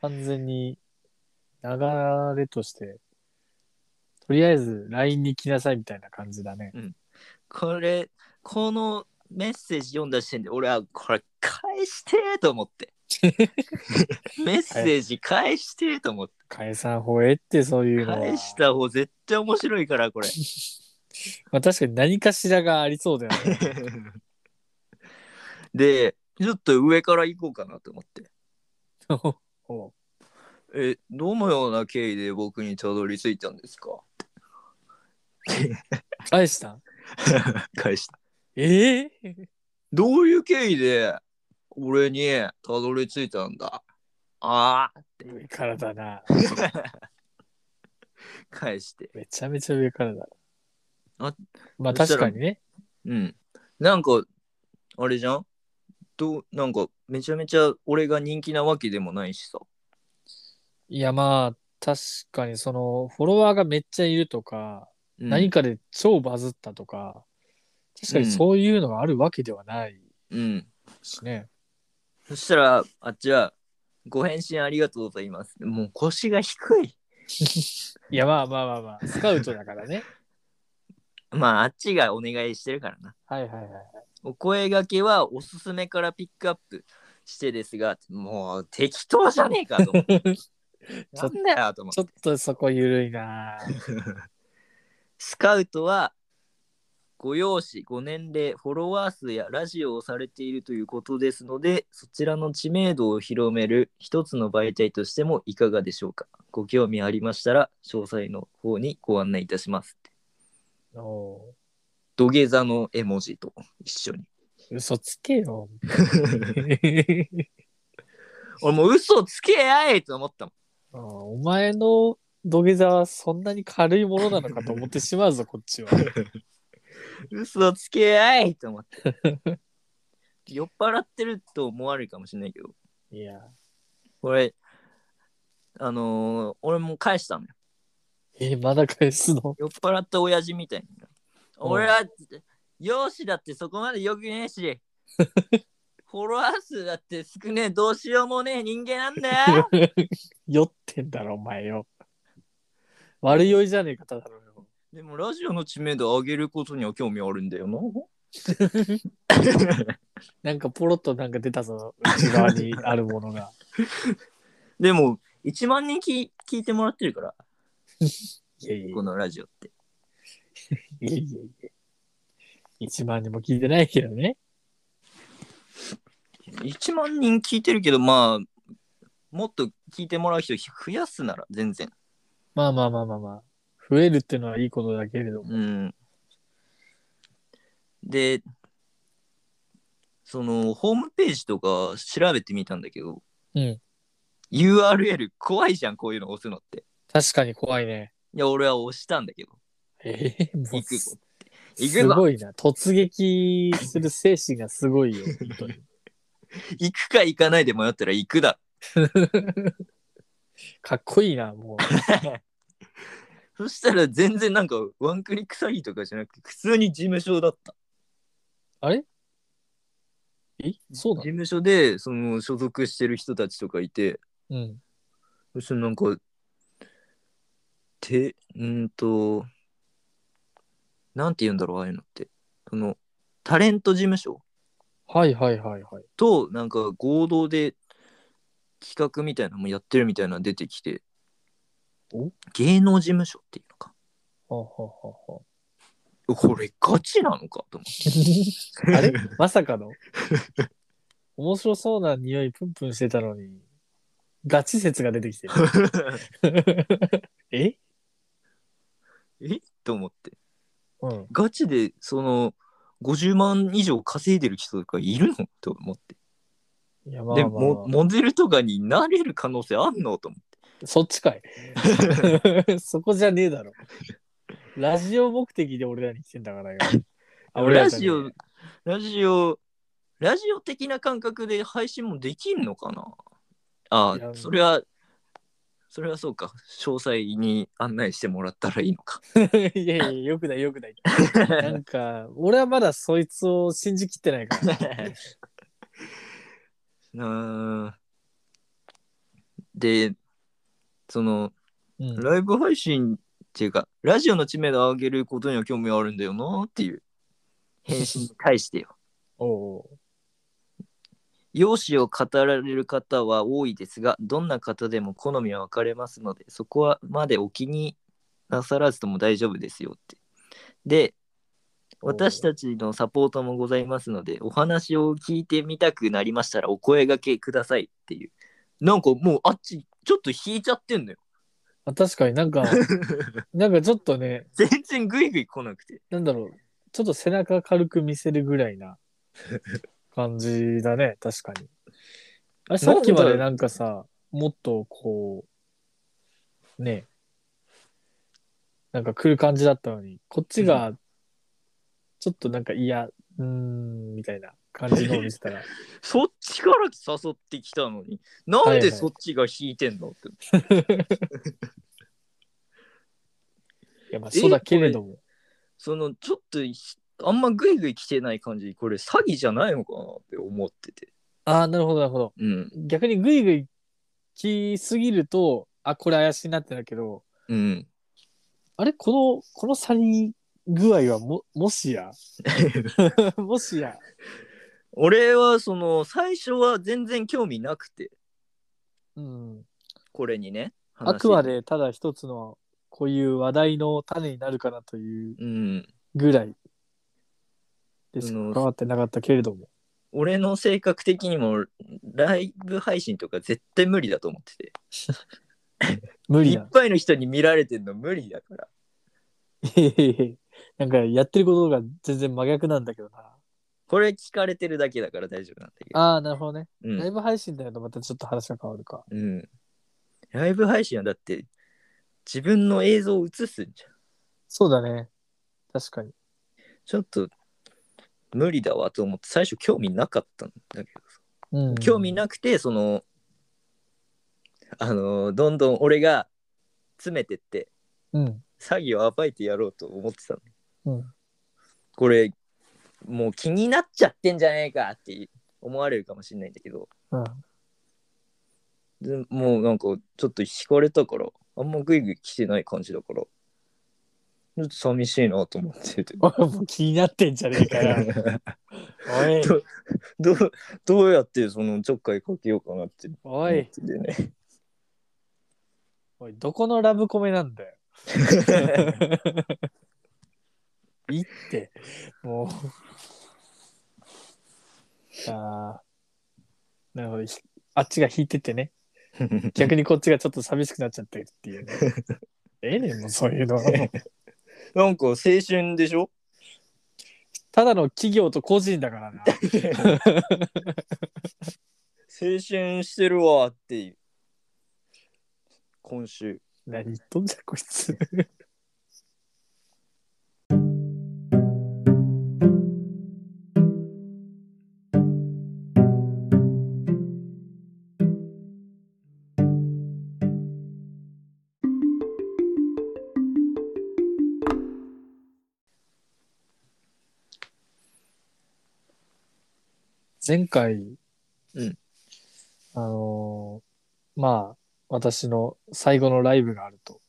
完全に流れとして、とりあえず LINE に来なさいみたいな感じだね。 これ、このメッセージ読んだ時点で、俺はこれ返してーと思 って。メッセージ返してーと思って。解散法へってそういうのは。返した方絶対面白いから、これ。まあ確かに何かしらがありそうだよね。 で、ちょっと上から行こうかなと思って。おうえ、どのような経緯で僕にたどり着いたんですか返したん返した。ええどういう経緯で俺にたどり着いたんだああ、上からだな。返して。めちゃめちゃ上からだ。あまあそした確からにね。うん。なんか、あれじゃんどう、なんか、めちゃめちゃ俺が人気なわけでもないしさ。いやまあ確かにそのフォロワーがめっちゃいるとか、うん何かで超バズったとか、確かにそういうのがあるわけではないうん。しね。そしたら、あっちは、ご返信ありがとうございます。もう腰が低い。いやまあまあまあまあ、スカウトだから ね。まあ、あっちがお願いしてるからな。はいはいはい。お声がけはおすすめからピックアップしてですが、もう適当じゃねえかと思って。ちょなんだよと思っちょて。っとそこゆるいな。スカウトは、ご容姿、ご年齢、フォロワー数やラジオをされているということですので、そちらの知名度を広める一つの媒体としてもいかがでしょうか。ご興味ありましたら、詳細の方にご案内いたします。おう土下座の絵文字と一緒に。嘘つけ よ。俺もう嘘つけやいと思ったもん。ああお前の土下座はそんなに軽いものなのかと思ってしまうぞ、こっち は。嘘つけやいと思って。酔っ払ってると思われるかもしれないけど、いや。これ、あのー俺も返したのよ。え、まだ返すの酔っ払った親父みたいに。うん俺は、容姿だってそこまで良くね えし、フォロワー数だって少ねえ、どうしようもねえ人間なんだよ。 酔ってんだろ、お前よ。悪酔いじゃねえ方だろよ。でもラジオの知名度を上げることには興味あるんだよな。なんかポロッとなんか出たぞ、内側にあるもの が。でも、1万人き聞いてもらってるから、いやいやこのラジオって。いやいやいや。一万人も聞いてないけどね。 1万人聞いてるけど、まあ、もっと聞いてもらう人増やすなら全然。まあまあまあまあまあ。増えるっていうのはいいことだけれども。うん。で、その、ホームページとか調べてみたんだけど、うん。 URL 怖いじゃん、こういうの押すのって。確かに怖いね。いや、俺は押したんだけど。ええもう行くすぞ。行くすぞごいな。突撃する精神がすごいよ。本当に 行くか行かないで迷ったら行くだかっこいいな、もそしたら全然なんかワンクリック詐欺とかじゃなくて普通に事務所だった。う。えそう事なの務所でその所属してる人たちとかいて、うん。そしたらなんか、て、うーんと、なんて言うんだろう、ああいうのって。その、タレント事務所はいはいはいはい。となんか合同で企画みたいなのもやってるみたいなの出てきてお、芸能事務所っていうのか。ほうほうほうほこれガチなのかと思って。 うあれまさかの面白そうな匂いプンプンしてたのに、ガチ説が出てきて る。ええと思って。うん。ガチでその50万以上稼いでる人とかいるのと思って。いや、まあでまあまあもモデルとかになれる可能性あんのと思ってそっちかい。 そこじゃねえだろ。ラジオ目的で俺らに来てんだからよ。 あ俺らラじゃねジえオラジオラジオ的な感覚で配信もできんのかなあいやそれはそれはそうか詳細に案内してもらったらいいのか いやいや、よくないよくない。なんか、俺はまだそいつを信じきってないから。な あでそのうん、ライブ配信っていうかラジオの知名度を上げることには興味あるんだよなっ ていう返信に対してよ おう容姿を語られる方は多いですがどんな方でも好みは分かれますのでそこはまでお気になさらずとも大丈夫ですよってでおう私たちのサポートもございますのでお話を聞いてみたくなりましたらお声掛けくださいっていうなんかもうあっちちょっと引いちゃってんのよあ確かになんか、なんかちょっとね、全然グイグイ来なくてなんだろう、ちょっと背中軽く見せるぐらい な感じだね、確かに。あれさっきまでなんかさ、もっとこう、ねえ、なんか来る感じだったのに、こっちが、ちょっとなんか嫌、うーん、みたいな感じのを見せた ら、そっちから誘ってきたのに、なんはいではいそっちが引いてんのって。いやまあえそうだけれども、その、ちょっとひ、あんまグイグイ来てない感じ、これ詐欺じゃないのかなって思ってて。ああ、なるほど、なるほど。うん。逆にグイグイ来すぎると、あ、これ怪しいなってなるけど、うん。 あれこの、この詐欺具合はも、 もしやもしや。俺は、その、最初は全然興味なくて、うん。これにね。話あくま。でただ一つの、こういう話題の種になるかなといううん。ぐらいでしあのか関わってなかったけれども。俺の性格的にも、ライブ配信とか絶対無理だと思ってて。無理いなっ。ぱいの人に見られてんの無理だから。へへへへ なんかやってることが全然真逆なんだけどな。これ聞かれてるだけだから大丈夫なんだけど。ああ、なるほどね。うんライブ配信だけどまたちょっと話が変わるか。うん。ライブ配信はだって自分の映像を映すんじゃん。そうだね。確かに。ちょっと無理だわと思って最初興味なかったんだけど、うん、興味なくてそのあのどんどん俺が詰めてってうん。詐欺を暴いてやろうと思ってたの。うん。これもう気になっちゃってんじゃねえかって思われるかもしれないんだけど、うん でもうなんかちょっと惹かれたからあんまグイグイ来てない感じだからちょっと寂しいなと思ってておいもう気になってんじゃねえか よ。おい、 どうどうやってそのちょっかいかけようかなってお思ってい。てねおい、どこのラブコメなんだよ。いいって、もう。ああ。なるほど。ひあっちが引いててね。 逆にこっちがちょっと寂しくなっちゃってるっていうね。ええねん、もうそういうの。なんか青春でし ょただの企業と個人だからな。青春してるわっていう今週何言っとんじゃん、こいつ。前回、うんあのーまあ、私の最後のライブがあると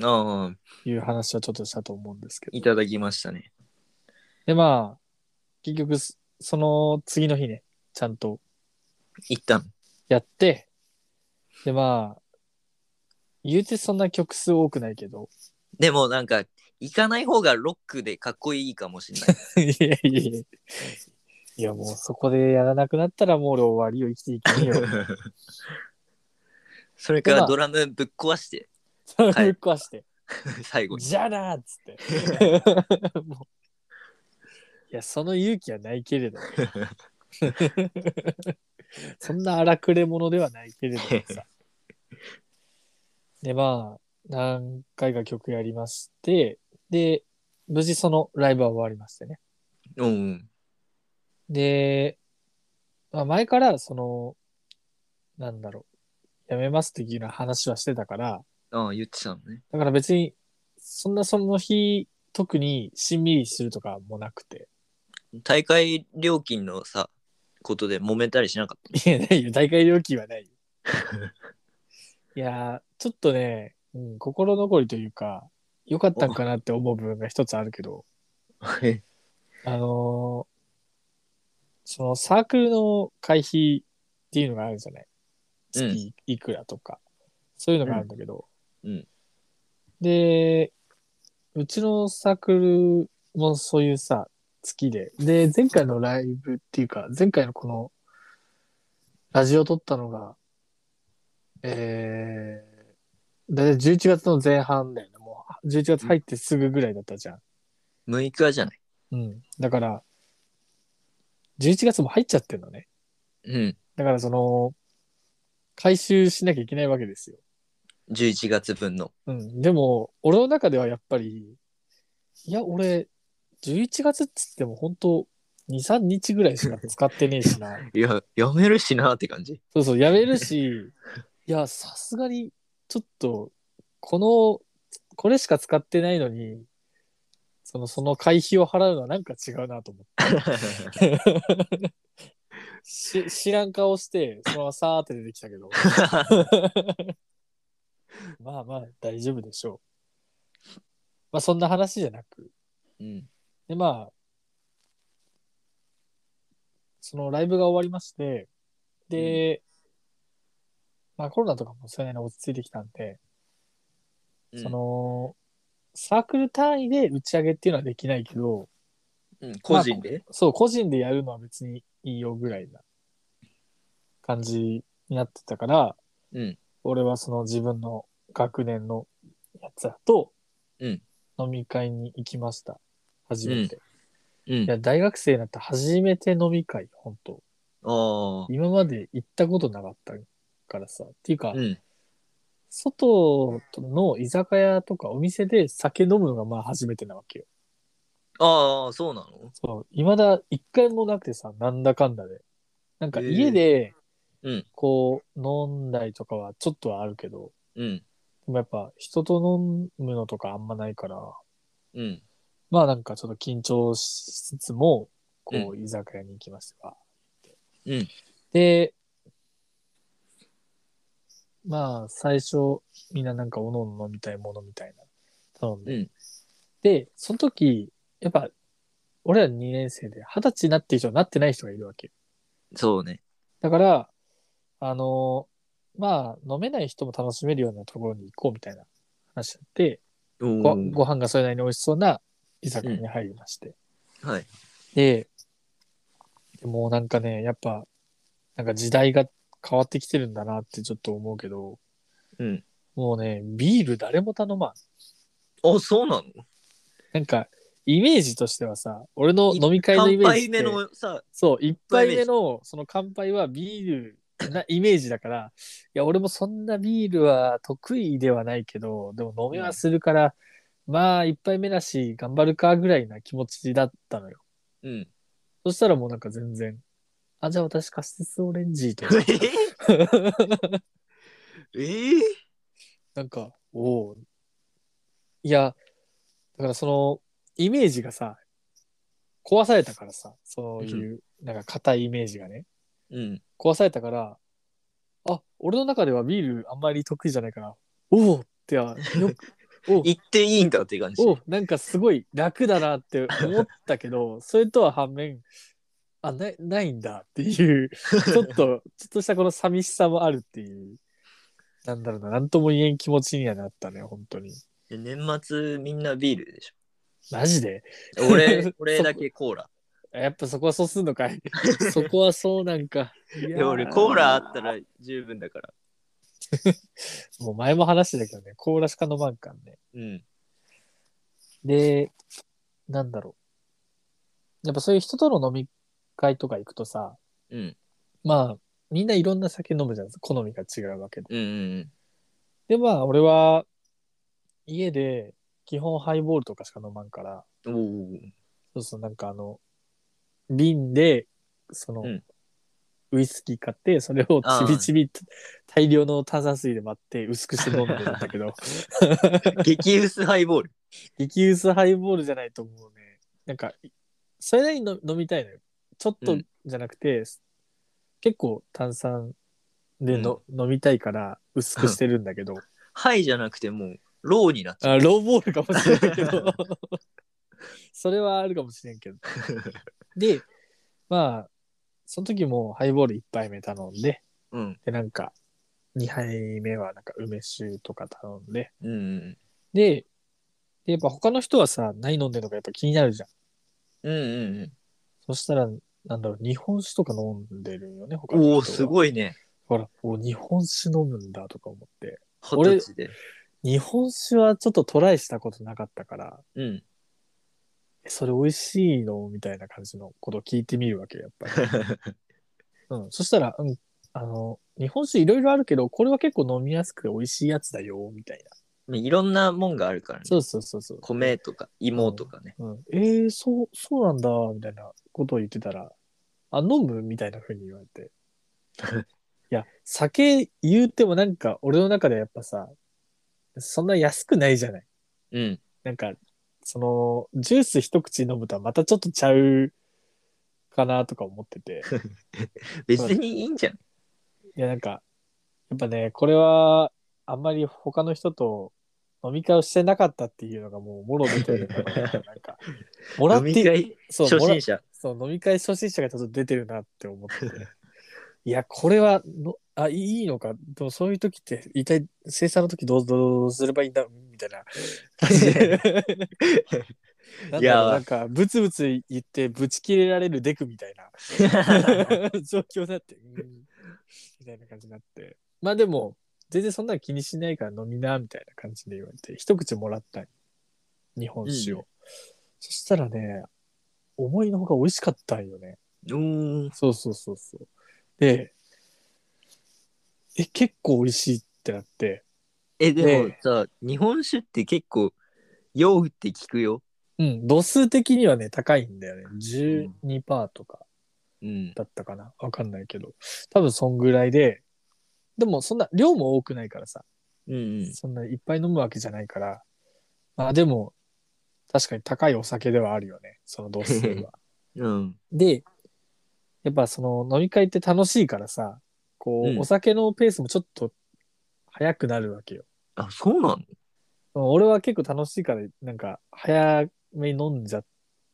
ああ、いう話をちょっとしたと思うんですけど。いただきましたね。で、まあ、結局そ、その次の日ね、ちゃんと一旦。やって、で、まあ、言うてそんな曲数多くないけど、でもなんか、行かない方がロックでかっこいいかもしれない。 いやいやいや。いや、もうそこでやらなくなったらもう俺終わりよ、生きていけね えよ。 それからドラムぶっ壊して、 それぶっ 壊して、最後に。じゃあなーっつって。 も ういや、その勇気はないけれど。そんな荒くれ者ではないけれども さ。で、まあ、何回か曲やりまして、で、無事そのライブは終わりましてね。うん。で、まあ、前から、その、なんだろう、やめますっていうような話はしてたから、ああ、言ってたのね。だから別に、そんなその日、特にしんみりするとかもなくて。 大会料金のさ、ことで揉めたりしなかっいや、ないよ。大会料金はないよ。いやー、ちょっとね、うん、心残りというか、良かったんかなって思う部分が一つあるけど、た。 あのーそのサークルの会費っていうのがあるじゃないうん月いくらとか、そういうのがあるんだけど、うんうんで、うちのサークルもそういうさ、月で、で、前回のライブっていうか、前回のこの、ラジオ撮ったのが、えー、だいたい11月の前半だよね。もう、11月入ってすぐぐらいだったじゃん。 6日じゃない。うん。だから、11月も入っちゃってるのね。うん。だからその、回収しなきゃいけないわけですよ。 11月分の。うん。でも、俺の中ではやっぱり、いや、俺、11月っつっても本当2、3日ぐらいしか使ってねえしな。いや、やめるしなって感じ。そうそう、やめるし、いや、さすがに、ちょっと、この、これしか使ってないのに、その、その会費を払うのはなんか違うなと思ってし知らん顔して、そのままさーって出てきたけ ど。まあまあ、大丈夫でしょう。まあ、そんな話じゃなく。 うん。で、まあ、そのライブが終わりまして、で、まあコロナとかもそれなりに落ち着いてきたんで、うんその、サークル単位で打ち上げっていうのはできないけど、うん、個人で、そう、個人でやるのは別にいいよぐらいな感じになってたから、うん。俺はその自分の学年のやつらと、うん飲み会に行きました。初めて。うんい。や、大学生になって初めて飲み会、本当ああ。今まで行ったことなかったからさ。っていうか、うん。外の居酒屋とかお店で酒飲むのがまあ初めてなわけよ。ああ、そうなのそう、未だ一回もなくてさ、なんだかんだで。なんか家で、えうんこう、飲んだりとかはちょっとはあるけど、うん。でもやっぱ人と飲むのとかあんまないから、うん。まあなんかちょっと緊張しつつも、こう、居酒屋に行きました。うん。で、まあ最初、みんななんかおのおの飲みたいものみたいな、頼んで。うんで、その時、やっぱ、俺ら2年生で二十歳になってる人はなってない人がいるわけ。そうね。だから、あのまあ飲めない人も楽しめるようなところに行こうみたいな話になって、おごーご飯がそれなりに美味しそうな居酒屋に入りまして。はい。で、もうなんかね、やっぱ、なんか時代が変わってきてるんだなってちょっと思うけど、うん。もうね、ビール誰も頼まん。あ、そうなのなんか、イメージとしてはさ、俺の飲み会のイメージって。乾杯目のさ、そう、一杯目のその乾杯はビールなイメージだから、いや、俺もそんなビールは得意ではないけど、でも飲みはするから、まあ、一杯目だし、頑張るかぐらいな気持ちだったのよ。うん。そしたらもうなんか全然、あ、じゃあ私カシスオレンジとえか、ーえーなんか、おお。いや、だからその、イメージがさ、壊されたからさ、そういう、なんか硬いイメージがね。うん。壊されたから、あ、俺の中ではビールあんまり得意じゃないから、おおっては、よく、 おう行っていいんだって感じ。おうなんかすごい楽だなって思ったけど、それとは反面、あ、ない、ないんだって いう、ちょっと、ちょっとしたこの寂しさもあるっていう、なんだろうな、なんとも言えん気持ちにはなったね、本当に。で年末みんなビールでしマジで、ょ。俺 俺だけコーラ。やっぱそこはそうすんのか いそこはそうなんか。いやいや、俺コーラあったら十分だから。もう前も話してたけどね、コーラしか飲まんかんね。うん。で、なんだろう。やっぱそういう人との飲み会とか行くとさ、うん。まあ、みんないろんな酒飲むじゃないですか。好みが違うわけで。うんうんで、まあ、俺は、家で、基本ハイボールとかしか飲まんから、うん。おーそうそう、なんかあの、瓶で、その、うんウイスキー買って、それをあーちびちび、大量の炭酸水で割って、薄くして飲んでるんだけど、激薄ハイボール。激薄ハイボールじゃないと思うね。なんか、それなりに飲飲みたいのよ。ちょっうとんじゃなくて、結構炭酸での、飲みたいから薄くしてるんだけど、ハイじゃなくてもう、ローになっち ゃう。あローボールかもしれないけど、 それはあるかもしれんけど。で、まあ、その時もハイボール1杯目頼んで、うん。で、なんか、2杯目はなんか梅酒とか頼んで、うんうん。で、でやっぱ他の人はさ、何飲んでるのかやっぱ気になるじゃん。うんうんそしたら、なんだろう、日本酒とか飲んでるよね、他うの人ん。は。おお、すい。ごいね。ほら、お日本酒飲むんだとか思って。二十歳で。日本酒はちょっとトライしたことなかったから、うん。 えそれ美味しいのみたいな感じのことを聞いてみるわけ、やっぱり。うん、そしたら、うん、あの、日本酒いろいろあるけど、これは結構飲みやすくて美味しいやつだよ、みたいな。いろんなもんがあるからね。そうそうそうそう。米とか芋とかね。うん、えー、そう、そうなんだ、みたいなことを言ってたら、あ、飲むみたいな風に言われ て。いや、酒言うてもなんか、俺の中でやっぱさ、そんな安くないじゃない。うん。なんか、その、ジュース一口飲むとはまたちょっとちゃうかなとか思って て。別にいいんじゃん。いや、なんか、やっぱね、これは、あんまり他の人と飲み会をしてなかったっていうのがもう、もろ出てるな。なんか、もらっ飲みて、会そう、初もら心 者。そう、飲み会初心者がちょっと出てるなって思って。いや、これはの、あ、いいのか。でもそういう時って、一体、生産の時どうどうすればいいんだみたいな。なんだいや ろうなんか、ブツブツ言って、ぶち切れられるデクみたいな。 状況になって、うんみたいな感じになって。まあでも、全然そんなの気にしないから飲みな、みたいな感じで言われて、一口もらった日本酒を。うそしたらね、思いのほか美味しかったんよね。うーん。そうそうそうそう。で、え、結構美味しいってなって、え、でもねさ、日本酒って結構、酔うって聞くよ。うん、度数的にはね、高いんだよね。12%とかうん。だったかな。わかんないけど。多分そんぐらいで、でもそんな量も多くないからさ、うんうん。そんないっぱい飲むわけじゃないから、まあでも、確かに高いお酒ではあるよね、その度数 は。うん。で、やっぱその飲み会って楽しいからさ、こう、うんお酒のペースもちょっと早くなるわけよ。あ、そうなの俺は結構楽しいから、なんか、早めに飲んじゃっ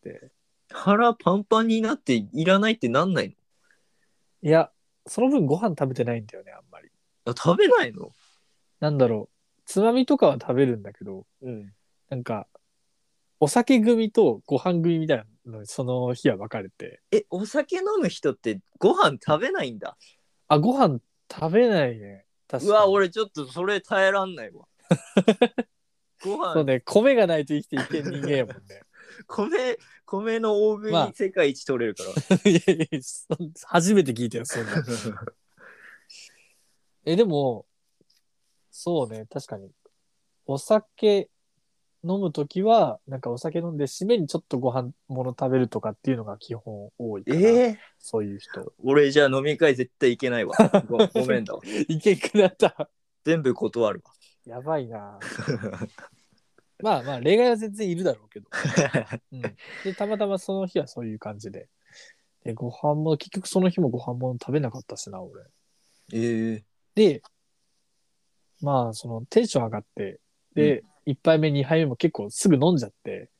て。腹パンパンになっていらないってなんないいや、その分ご飯食べてないんだよね、あんまり。のあ食べないのなんだろう。つまみとかは食べるんだけど、うん。なんか、お酒組とご飯組みたいなのにその日は分かれて。え、お酒飲む人ってご飯食べないんだ。あ、ご飯食べないね。確うかに。わ、。俺ちょっとそれ耐えらんな いわ。ごそう飯、ね、米がないと生きていけん人間やもんね。 米、米の大食まあい世界一取れるから。いやいやそ初めて聞いたよ、そんな。 え、でも、そうね、確かに。お酒飲むときは、なんかお酒飲んで、締めにちょっとご飯物食べるとかっていうのが基本多いえから、ー、そういう人。俺じゃあ飲み会絶対行けないわ。 ごごめんだわ。いけんくなった。全部断るわ。 やばい な。まあまあ、例外は全然いるだろうけど。うん、で、たまたまその日はそういう感じで。で、ご飯も、結局その日もご飯も食べなかったしな、俺。えー、で、まあ、そのテンション上がって、で、1杯目、2杯目も結構すぐ飲んじゃって、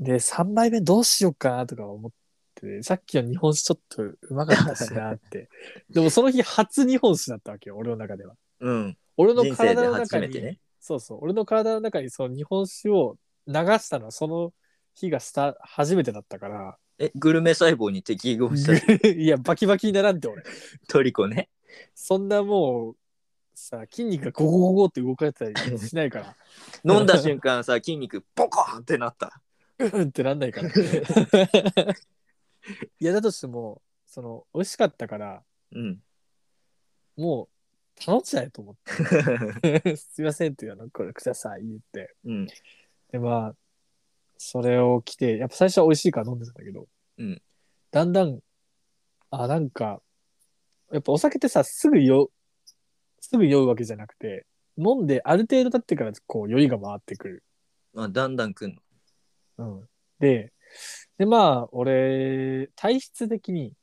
で、3杯目どうしようかなとか思って、さっきの日本酒ちょっとうまかったしな って。でもその日初日本酒だったわけよ、俺の中では。 うん。俺の人生体での中初に、めてね。そうそう、俺の体の中にその日本酒を流したのはその日がした、初めてだったから、え、グルメ細胞に適合し たいや、バキバキにならんって俺。トリコね。そんなもう、さ、筋肉がゴゴゴゴって動かれたりしないから。飲んだ瞬間さ、筋肉ポコーンってなった。うんってなんないから。い や、だとしても、その、美味しかったから、うん。 もう頼んじゃえと思って すいませんってあのこれください言ってうん。でまあそれを着てやっぱ最初は美味しいから飲んでたんだけど、うんだんだんあなんかやっぱお酒ってさすぐ酔うすぐ酔うわけじゃなくて飲んである程度経ってからこう酔いが回ってくるあ、だんだんくんの。うん、ででまあ俺体質的に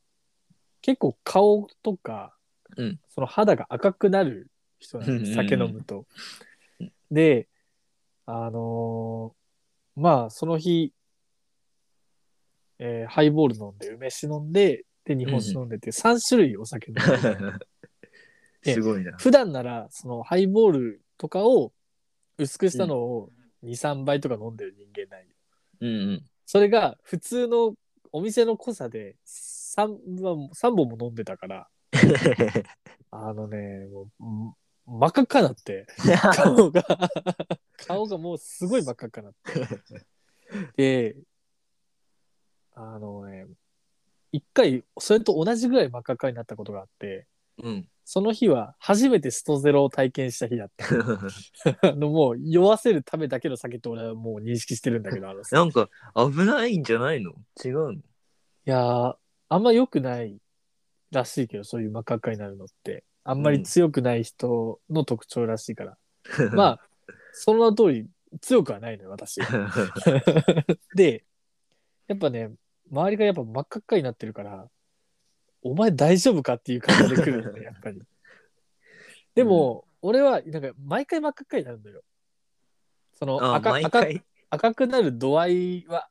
結構顔とか、うんその肌が赤くなる人なうんんうんうでん酒飲むとうん。であのーまあその日、えーハイボール飲んで梅酒飲んでで日本酒飲んでって3種類お酒飲んで たの、 すごいな。普段ならそのハイボールとかを薄くしたのを23倍とか飲んでる人間なんようんうん。それが普通のお店の濃さで 3, 本3本も飲んでたから、あのね、もう、ん真っ赤っかなって、顔が、顔がもうすごい真っ赤っかなって。で、あのね、一回、それと同じぐらい真っ赤っかになったことがあって、うん。その日は初めてストゼロを体験した日だった。あの、もう酔わせるためだけの酒って俺はもう認識してるんだけど、あのさなんか危ないんじゃないの違うのいやー、あんま良くないらしいけど、そういう真っ赤っかになるのって。あんまり強くない人の特徴らしいから。まあ、その通り強くはないのよ、私。で、やっぱね、周りがやっぱ真っ赤っかになってるから、お前大丈夫かっていう感じで来るの ね、やっぱり。でも、俺は、なんか、毎回真っ赤っかになるのよ。その あ、赤毎赤、回。赤くなる度合いは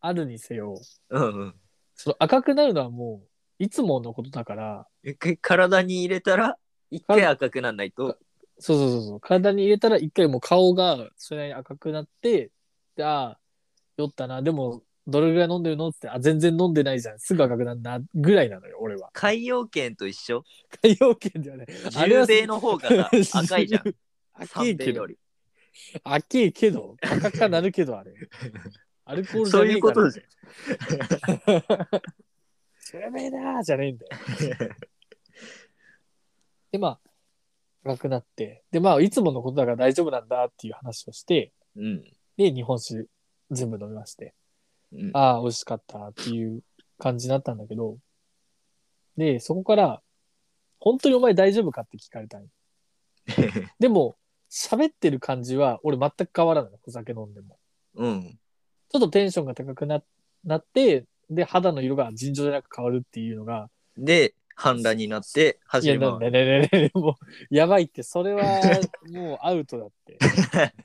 あるにせよ、うんうん。その赤くなるのはもういつものことだから一回体に入れたら、一回赤くなんないと。そうそうそうそう体に入れたら一回もう顔がそれなりに赤くなってでああ酔ったなでもどれぐらい飲んでるのってあ全然飲んでないじゃんすぐ赤くなるなぐらいなのよ俺は海洋圏と一緒海洋圏ではねあれ重は米の方がさ 赤いじゃん。赤三い米けどより。赤いけど 赤くはなるけどあれアルコールじそゃうねいえうこかとらじゃん。 それめえなーじゃねえんだよ で、まあ、暗くなって、で、まあ、いつものことだから大丈夫なんだっていう話をして、うん。で、日本酒全部飲みまして、うんああ、美味しかったっていう感じになったんだけど、で、そこから、本当にお前大丈夫かって聞かれたんよでも、喋ってる感じは、俺全く変わらない。お酒飲んでも。うん。ちょっとテンションが高くななって、で、肌の色が尋常じゃなく変わるっていうのが、で、反乱になってい走や、りなん回でる。ねねねね、もう、やばいって、それは、もうアウトだっ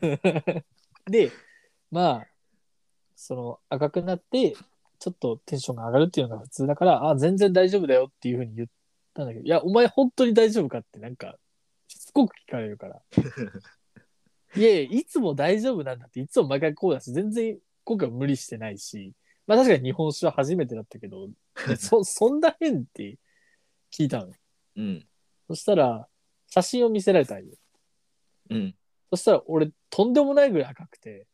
て。で、まあ、その、赤くなって、ちょっとテンションが上がるっていうのが普通だから、あ、全然大丈夫だよっていうふうに言ったんだけど、いや、お前本当に大丈夫かって、なんか、しつこく聞かれるから。いやいや、いつも大丈夫なんだって、いつも毎回こうだし、全然今回は無理してないし、まあ確かに日本酒は初めてだったけど、そ、そんな変って聞いたの。うん。そしたら、写真を見せられたんよ。うん。そしたら、俺、とんでもないぐらい赤くて、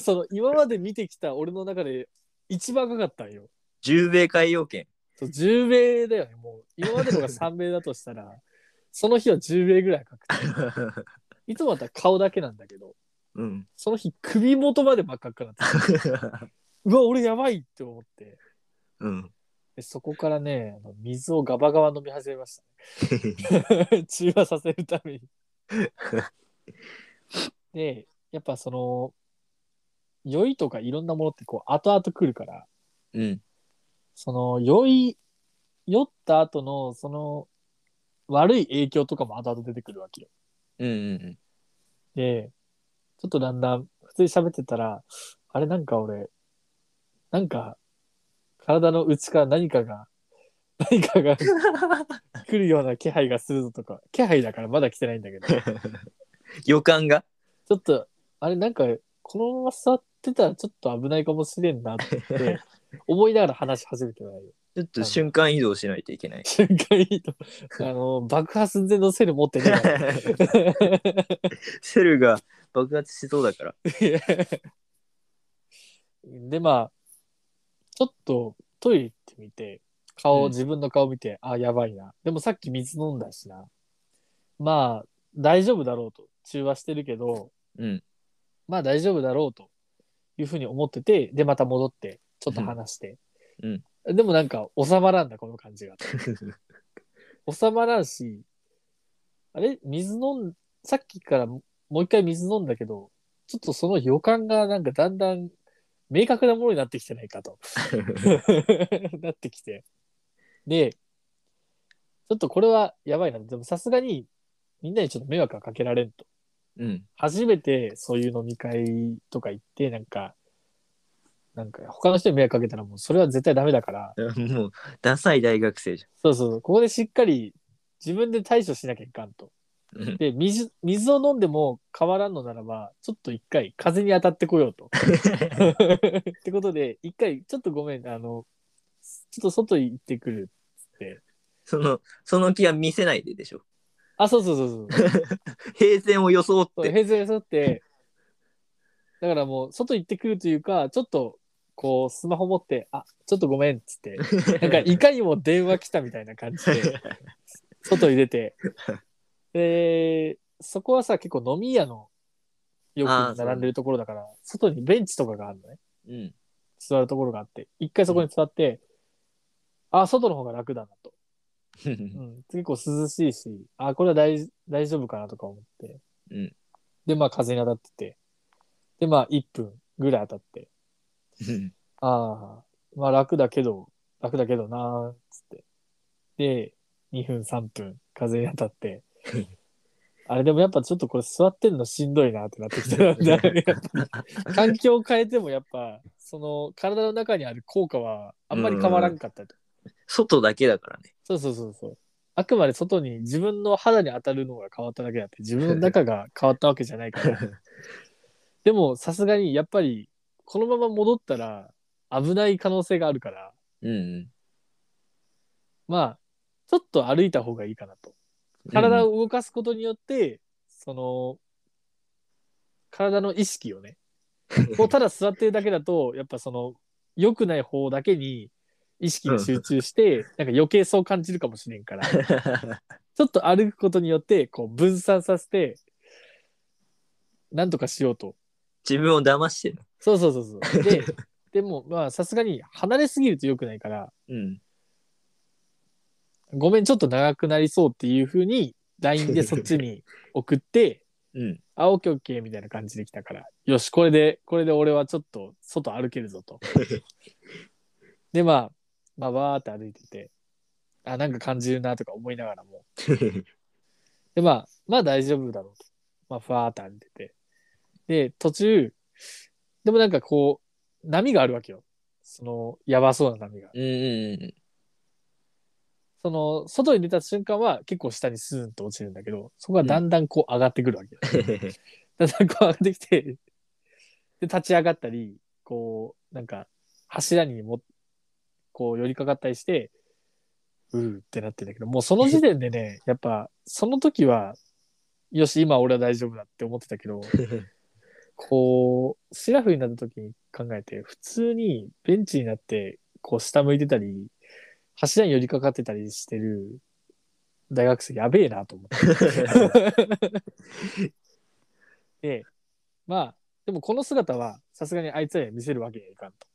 その、今まで見てきた俺の中で一番赤かったんよ。十米海洋圏。 そう10米だよね、もう。今までのが3米だとしたら、その日は10米ぐらい赤くて。いつもだったら顔だけなんだけど、うん。その日、首元まで真っ赤っかなってた。うわ、俺やばいって思って。うん。でそこからね、あの水をガバガバ飲み始めました、ね。中和させるために。で、やっぱその、酔いとかいろんなものってこう後々来るから、うん。その酔い、酔った後のその悪い影響とかも後々出てくるわけよ。うんうん。で、ちょっとだんだん普通に喋ってたら、あれなんか俺、なんか体の内から何かが、何かが来るような気配がするぞとか、気配だからまだ来てないんだけど、ち予感が。ょっと、あれなんかこのまま座ってたらちょっと危ないかもしれんなってで思いながら話し始めてないよ。ちょっと瞬間移動しないとい けない。瞬間移動。あの、爆破寸前のセル持ってねセルが爆発しそうだから。えから。で、まあ、ちょっとトイレ行ってみて、顔、うん自分の顔見て、あ、やばいな。でもさっき水飲んだしな。まあ、大丈夫だろうと、中和してるけど、うん。まあ大丈夫だろうというふうに思ってて、で、また戻って、ちょっと話して。うんでもなんか収まらんだ、この感 じが。収まらんし、あれ水飲ん、さっきからもう一回水飲んだけど、ちょっとその予感がなんかだんだん明確なものになってきてないか と。なってきて。で、ちょっとこれはやばいな。でもさすがにみんなにちょっと迷惑はかけられんと。うん。初めてそういう飲み会とか行って、なんか、なんか他の人に迷惑かけたらもうそれは絶対ダメだから、もう、ダサい大学生じそうそうそう、ここでしっかり自分で対処しなきゃいかんと。ゃんうん。で、水、水を飲んでも変わらんのならば、ちょっと一回風に当たってこようと。ってことで、一回ちょっとごめん、あの、ちょっと外行ってくるっつって。その、その気は見せないででしょ。あ、そうそうそうそう。平然を装っそうて。平然に沿って、だからもう、外行ってくるというか、ちょっと、こう、スマホ持って、あ、ちょっとごめんっつって、なんか、いかにも電話来たみたいな感じで、外に出て、で、そこはさ、結構飲み屋の、よあーく並んでるところだから、外にベンチとかがあるのね。うん。座るところがあって、一回そこに座って、あ、外の方が楽だなと。うん、結構涼しいし、あ、これは大大丈夫かなとか思って。うんで、まあ風に当たってて。で、まあ1分ぐらい当たって。ああ、まあ楽だけど、楽だけどなーっつって。で、2分3分風に当たって。あれでもやっぱちょっとこれ座ってんのしんどいなってなってきたなやっぱり 環境を変えてもやっぱ、その体の中にある効果はあんまり変わらんかったと。外だけだからね。そうそうそうそう。あくまで外に自分の肌に当たるのが変わっただけだって、自分の中が変わったわけじゃない から。でもさすがにやっぱりこのまま戻ったら危ない可能性があるから、うん。まあ、ちょっと歩いた方がいいかなと。体を動かすことによって、その、体の意識をね、こうただ座ってるだけだと、やっぱその、良くない方だけに意識が集中して、なんか余計そう感じるかもしれんから。ちょっと歩くことによって、こう分散させて、なんとかしようと。 自分を騙してる。そうそうそうそう。で、でも、まあ、さすがに離れすぎると良くないから、うん。ごめん、ちょっと長くなりそうっていうふうに、LINE でそっちに送って、うん。あ、オッケーオッケーみたいな感じで来たから、よし、これで、これで俺はちょっと外歩けるぞと。で、まあ、まあ、わーって歩いてて、あ、なんか感じるなとか思いながらも、で、まあ、まあ大丈夫だろうと。まあ、ふわーって歩いてて。で、途中、でもなんかこう、波があるわけよ。その、やばそうな波が。 うん。その、外に出た瞬間は結構下にスーンと落ちるんだけど、そこがだんだんこう上がってくるわけよ。だんだんこう上がってきて、で、立ち上がったり、こう、なんか、柱にも、こう寄りかかったりして、うーってなってんだけど、もうその時点でね、やっぱ、その時は、よし、今俺は大丈夫だって思ってたけど、こう、シラフになった時に考えて、普通にベンチになって、こう下向いてたり、柱に寄りかかってたりしてる大学生やべえなと思って。 で、まあ、でもこの姿はさすがにあいつらには見せるわけにはいかんと。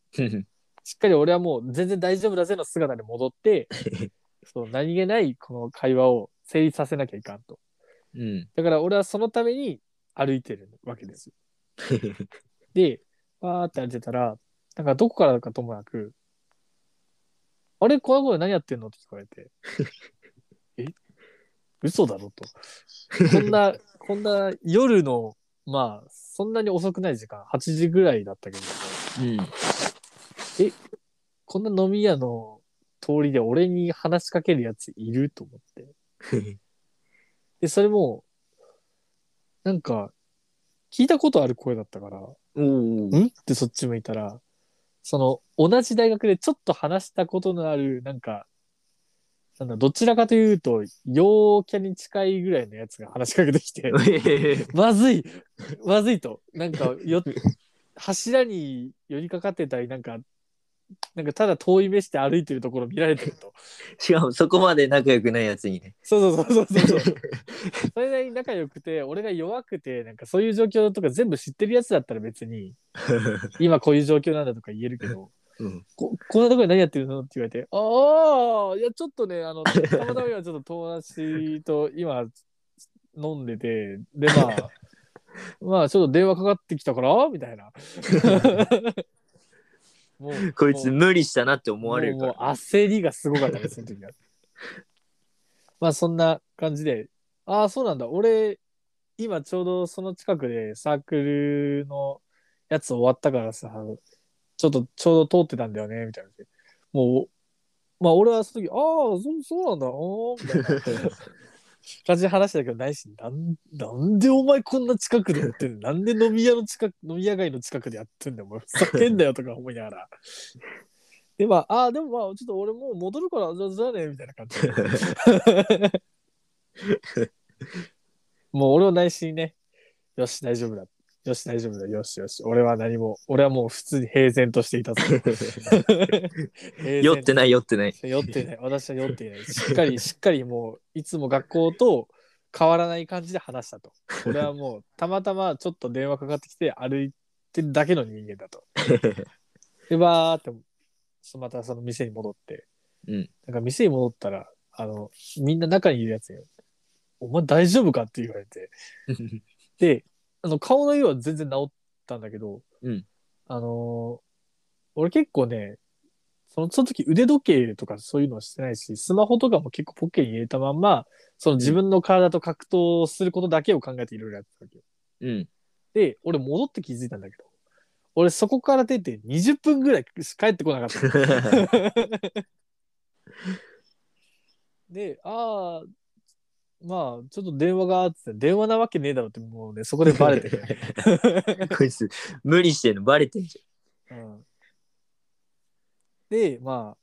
しっかり俺はもう全然大丈夫だぜの姿に戻って、そう何気ないこの会話を成立させなきゃいかんと。うん。 だから俺はそのために歩いてるわけですよで、バーって歩いてたら、なんかどこからかともなく、あれ、この声何やってんのって聞かれて、え嘘だろと。こんな、こんな夜の、まあ、そんなに遅くない時間、8時ぐらいだったけど、うん。こんな飲み屋の通りで俺に話しかけるやついると思って。で、それも、なんか、聞いたことある声だったから、おお。んってそっち向いたら、その、同じ大学でちょっと話したことのある、なんか、なんだ、どちらかというと、陽キャに近いぐらいのやつが話しかけてき て、まずいまずいと、なんか、よ、柱に寄りかかってたり、なんか、なんかただ遠い目して歩いてるところ見られてると。しかもそこまで仲良くないやつにね。そうそうそうそうそうそう。 それなりに仲良くて、俺が弱くて、なんかそういう状況とか全部知ってるやつだったら別 に、今こういう状況なんだとか言えるけど、うん、ここんなところで何やってるのって言われて、ああ、いやちょっとね、あの、たまたま今ちょっと友達と今飲んでて、でま あ、まあちょっと電話かかってきたから、みたい な。もうこいつ無理したなって思われるかもうもうら。焦りがすごかったです、その時 は。まあそんな感じで、ああ、そうなんだ、俺、今ちょうどその近くでサークルのやつ終わったからさ、ちょっとちょうど通ってたんだよね、みたいな。もう、まあ俺はその時、ああ、そうそうなんだ、おーみたいな感じで話してたけど、ないし、なんなんでお前こんな近くでやってんのなんで飲み屋の近く、飲み屋街の近くでやってんだよ、もう叫んだよとか思いながら。で、まあ、ああ、でもまあ、ちょっと俺もう戻るから、じゃあじゃあね、みたいな感じで。 もう俺を内心ね、よし、大丈夫だ。よし、大丈夫だ。よし、よし。俺は何も、俺はもう普通に平然としていたぞ。 酔ってない酔ってない。酔ってない。私は酔っていない。しっかり、 しっかりもう、いつも学校と変わらない感じで話したと。俺はもう、たまたまちょっと電話かかってきて歩いてるだけの人間だと。で、バーって、そまたその店に戻って。うんなんか店に戻ったら、あの、みんな中にいるやつに、お前大丈夫かって言われ て。で、あの、顔の色は全然治ったんだけど、うんあのー俺結構ね、そのその時腕時計とかそういうのをしてないし、スマホとかも結構ポッケに入れたまんま、その自分の体と格闘することだけを考えていろいろやってたわけよ。 うん。で、俺戻って気づいたんだけど、俺そこから出て20分ぐらいしか帰ってこなかった。 で、ああ、まあ、ちょっと電話があって言って電話なわけねえだろって、もうね、そこでバレて、こいつ、無理してんのバレてんじうんで、まあ、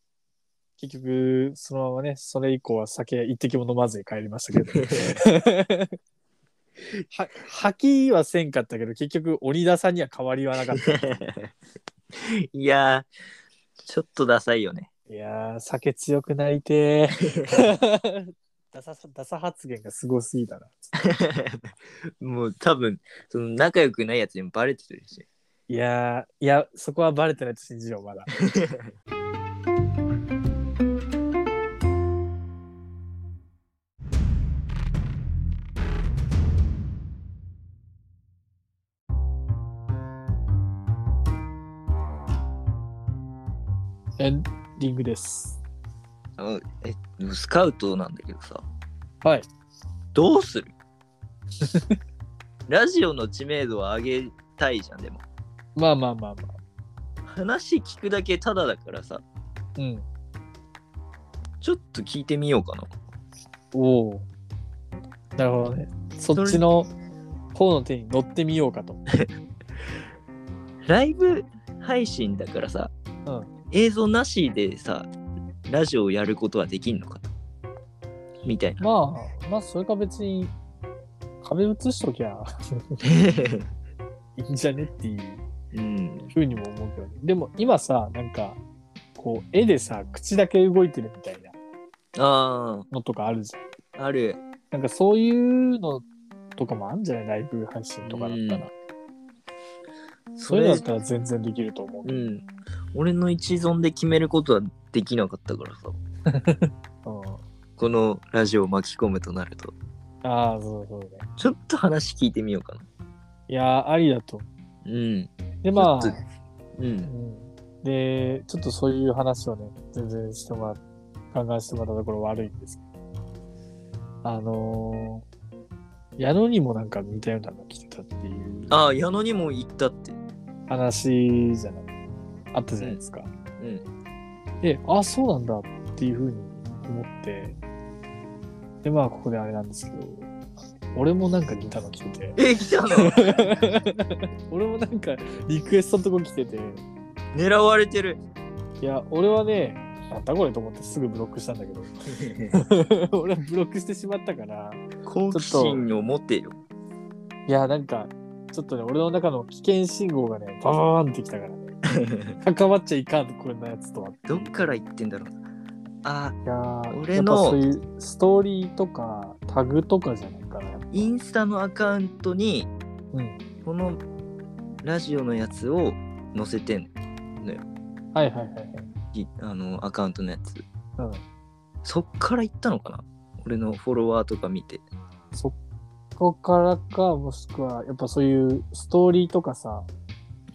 結局、そのままね、それ以降は酒一滴も飲まずに帰りましたけど。 は吐きはせんかったけど、結局、鬼田さんには変わりはなかった。ゃん。 いやー、ちょっとダサいよね。 いやー、酒強くなりてー ダサさダサ発言がすごすぎたな。もう多分、その仲良くないやつにもバレてるし。いやー、いや、そこはバレてないと信じよう、まだ。エンディングです。あのえ、スカウトなんだけどさ。はい。どうする ラジオの知名度を上げたいじゃん、でも。まあまあまあまあ。話聞くだけタダだからさ、うん。ちょっと聞いてみようかな。おお。なるほどね。そっちの方の手に乗ってみようかと。ライブ配信だからさ、うん映像なしでさ、ラジオをやることはできんのかと みたいな。まあ、まあ、それか別に、壁映しときゃ いいんじゃねっていううん、ふうにも思うけどね。でも今さ、なんか、こう、絵でさ、口だけ動いてるみたいなあのとかあるじゃん。あ、ある。なんかそういうのとかもあるんじゃないライブ配信とかだったら。そういうのだったら全然できると思うけうど。ん。俺の一存で決めることはできなかったからさ、うんこのラジオを巻き込むとなると、ああ、そうそうね。ちょっと話聞いてみようかな。いやー、ありだと。うん。で、まちょっとあ、う。うんん、で、ちょっとそういう話をね、全然してもらっ、考えしてもらったところ悪いんですけど。あのー、矢野にもなんか似たようなの来てたっていうああ、矢野にも行ったって。話じゃない、あったじゃないですか。うん。で、あ、そうなんだっていうふうに思って、で、まあ、ここであれなんですけど、俺もなんか似たの来てて、え、来たの 俺もなんかリクエストのとこ来てて、狙われ てる。いや、俺はね、なんだこれと思ってすぐブロックしたんだけど、 俺はブロックしてしまったから、好奇心を 持ってよ。 いや、なんか、ちょっとね、俺の中の危険信号がね、バーンってきたからね、関わっちゃいかんこれのやつとはっていうどっから言ってんだろうあいやー俺のやっぱそういうストーリーとかタグとかじゃないかなやっぱインスタのアカウントにうんこのラジオのやつを載せてんはいはいはいはいいあのアカウントのやつうんそっから行ったのかな俺のフォロワーとか見てそこからか、もしくは、やっぱそういうストーリーとかさ、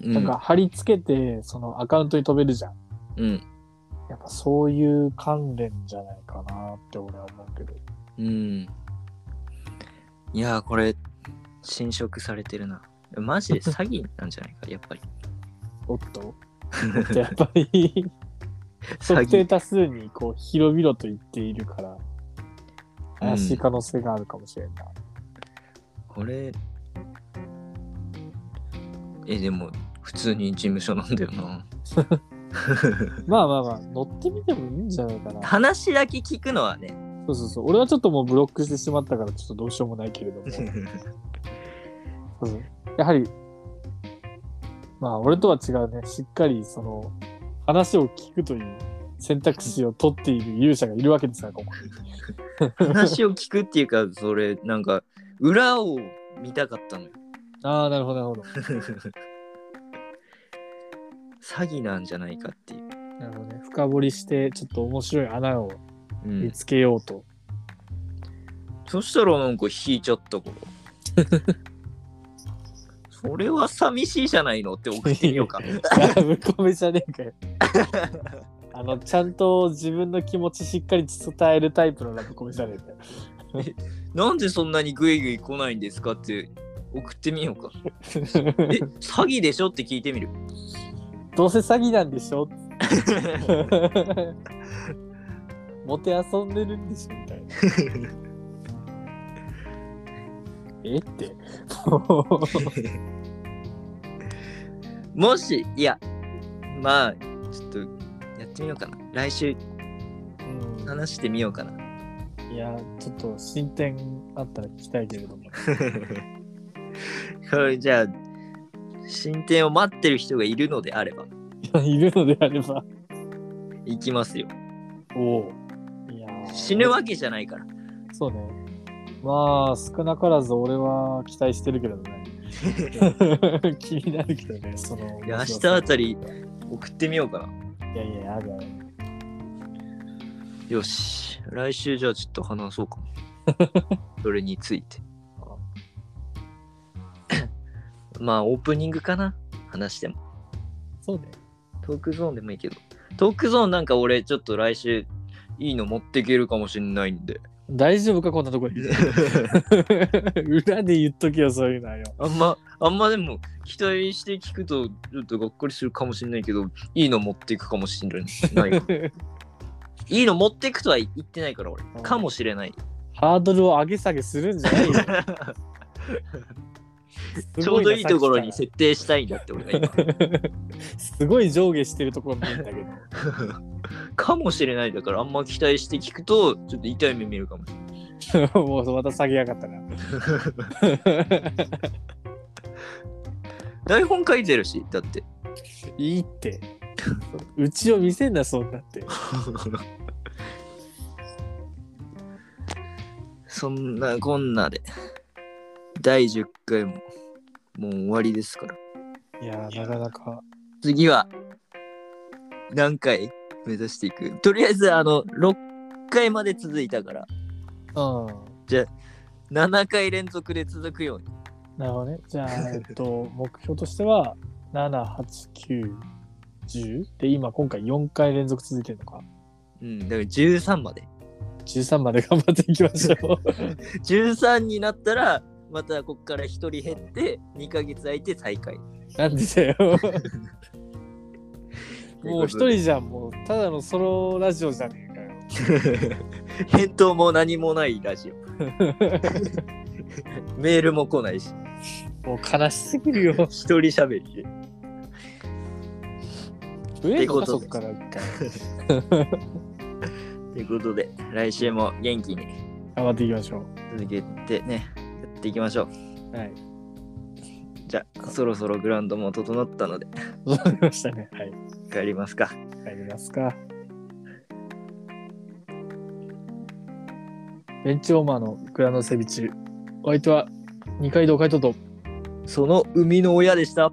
うんなんか貼り付けて、そのアカウントに飛べるじゃん。うんやっぱそういう関連じゃないかなって俺は思うけど。うんいやーこれ侵食されてるなマジで詐欺なんじゃないかやっぱりおっとおっ とやっぱり、 特定多数にこう広々と言っているから、怪しい可能性があるかもしれんない。これえでも普通に事務所なんだよなまあまあまあ、乗ってみてもいいんじゃないかな。 話だけ聞くのはねそうそうそう。俺はちょっともうブロックしてしまったから、ちょっとどうしようもないけれども。うんやはり、まあ、俺とは違うね、しっかりその話を聞くという選択肢を取っている勇者がいるわけですから、ここに。話を聞くっていうかそれなんか裏を見たかったのよああ、なるほど、なるほど。詐欺なんじゃないかっていう、なるほどね。深掘りして、ちょっと面白い穴をうん見つけようと。そしたらなんか引いちゃったから それは寂しいじゃないのって送ってみようか向こう目じゃねえかよ。あの、ちゃんと自分の気持ちしっかり伝えるタイプのラブコメじゃねえかよ。なんでそんなにグイグイ来ないんですかって送ってみようかえ詐欺でしょって聞いてみる どうせ詐欺なんでしょ モテ遊んでるんでしょみたいな。えって。もしいやまあちょっとやってみようかな来週話してみようかないや、ちょっと進展あったら聞きたいけれども。これじゃあ進展を待ってる人がいるのであればいるのであれば。行きますよおお。いやー死ぬわけじゃないからそうね。まあ、少なからず俺は期待してるけど ね。気になるけどね、その。いや明日あたり送ってみようかないやいや、あるある。よし来週じゃあちょっと話そうかそれについて まあオープニングかな話してもそうね。トークゾーンでもいいけどトークゾーンなんか俺ちょっと来週いいの持っていけるかもしんないんで大丈夫か、こんなとこに。 裏で言っとけよ、そういうのはよ。 あんまあんまでも期待して聞くとちょっとがっかりするかもしんないけどいいの持っていくかもしんない ないいいの持っていくとは言ってないから俺かもしれないハードルを上げ下げするんじゃ ないよ。ちょうどいいところにす設定したいんだって俺が 今ごいな。さっきから すごい上下してるところなんだけど。かもしれないだからあんま期待して聞くとちょっと痛い目見るかもしれない もうまた下げやがった な。台本書いてるしだって いいって。うちを見せんな、そんなって。そんなこんなで第10回ももう終わりですからいやー、なかなか。次は何回目指していくとりあえずあの6回まで続いたからう7回連続で続くようにん。なるほどね。じゃあ、えっ と、目標としては、7、8、9、10? で、今、今回4回連続続いてるのか。うんだから13まで13まで頑張っていきましょう。 13になったらまたこっから1人減って2ヶ月空いて再開 なんでだよ。 もう一人じゃん、もう、ただのソロラジオじゃねえかよ。 返答も何もないラジオ メールも来ないしもう悲しすぎる よ。一人喋りで増えるのか、といそうっことかでら一回。ということで来週も元気に頑張っていきましょ続けてねやっていきましょうう。はい。じゃあ、そろそろグラウンドも整ったので、 わかりましたね。はい。帰りますか。帰りますか。ベンチオーマーのグラノセビチ。お相手は二階堂海斗とその生みの親でした。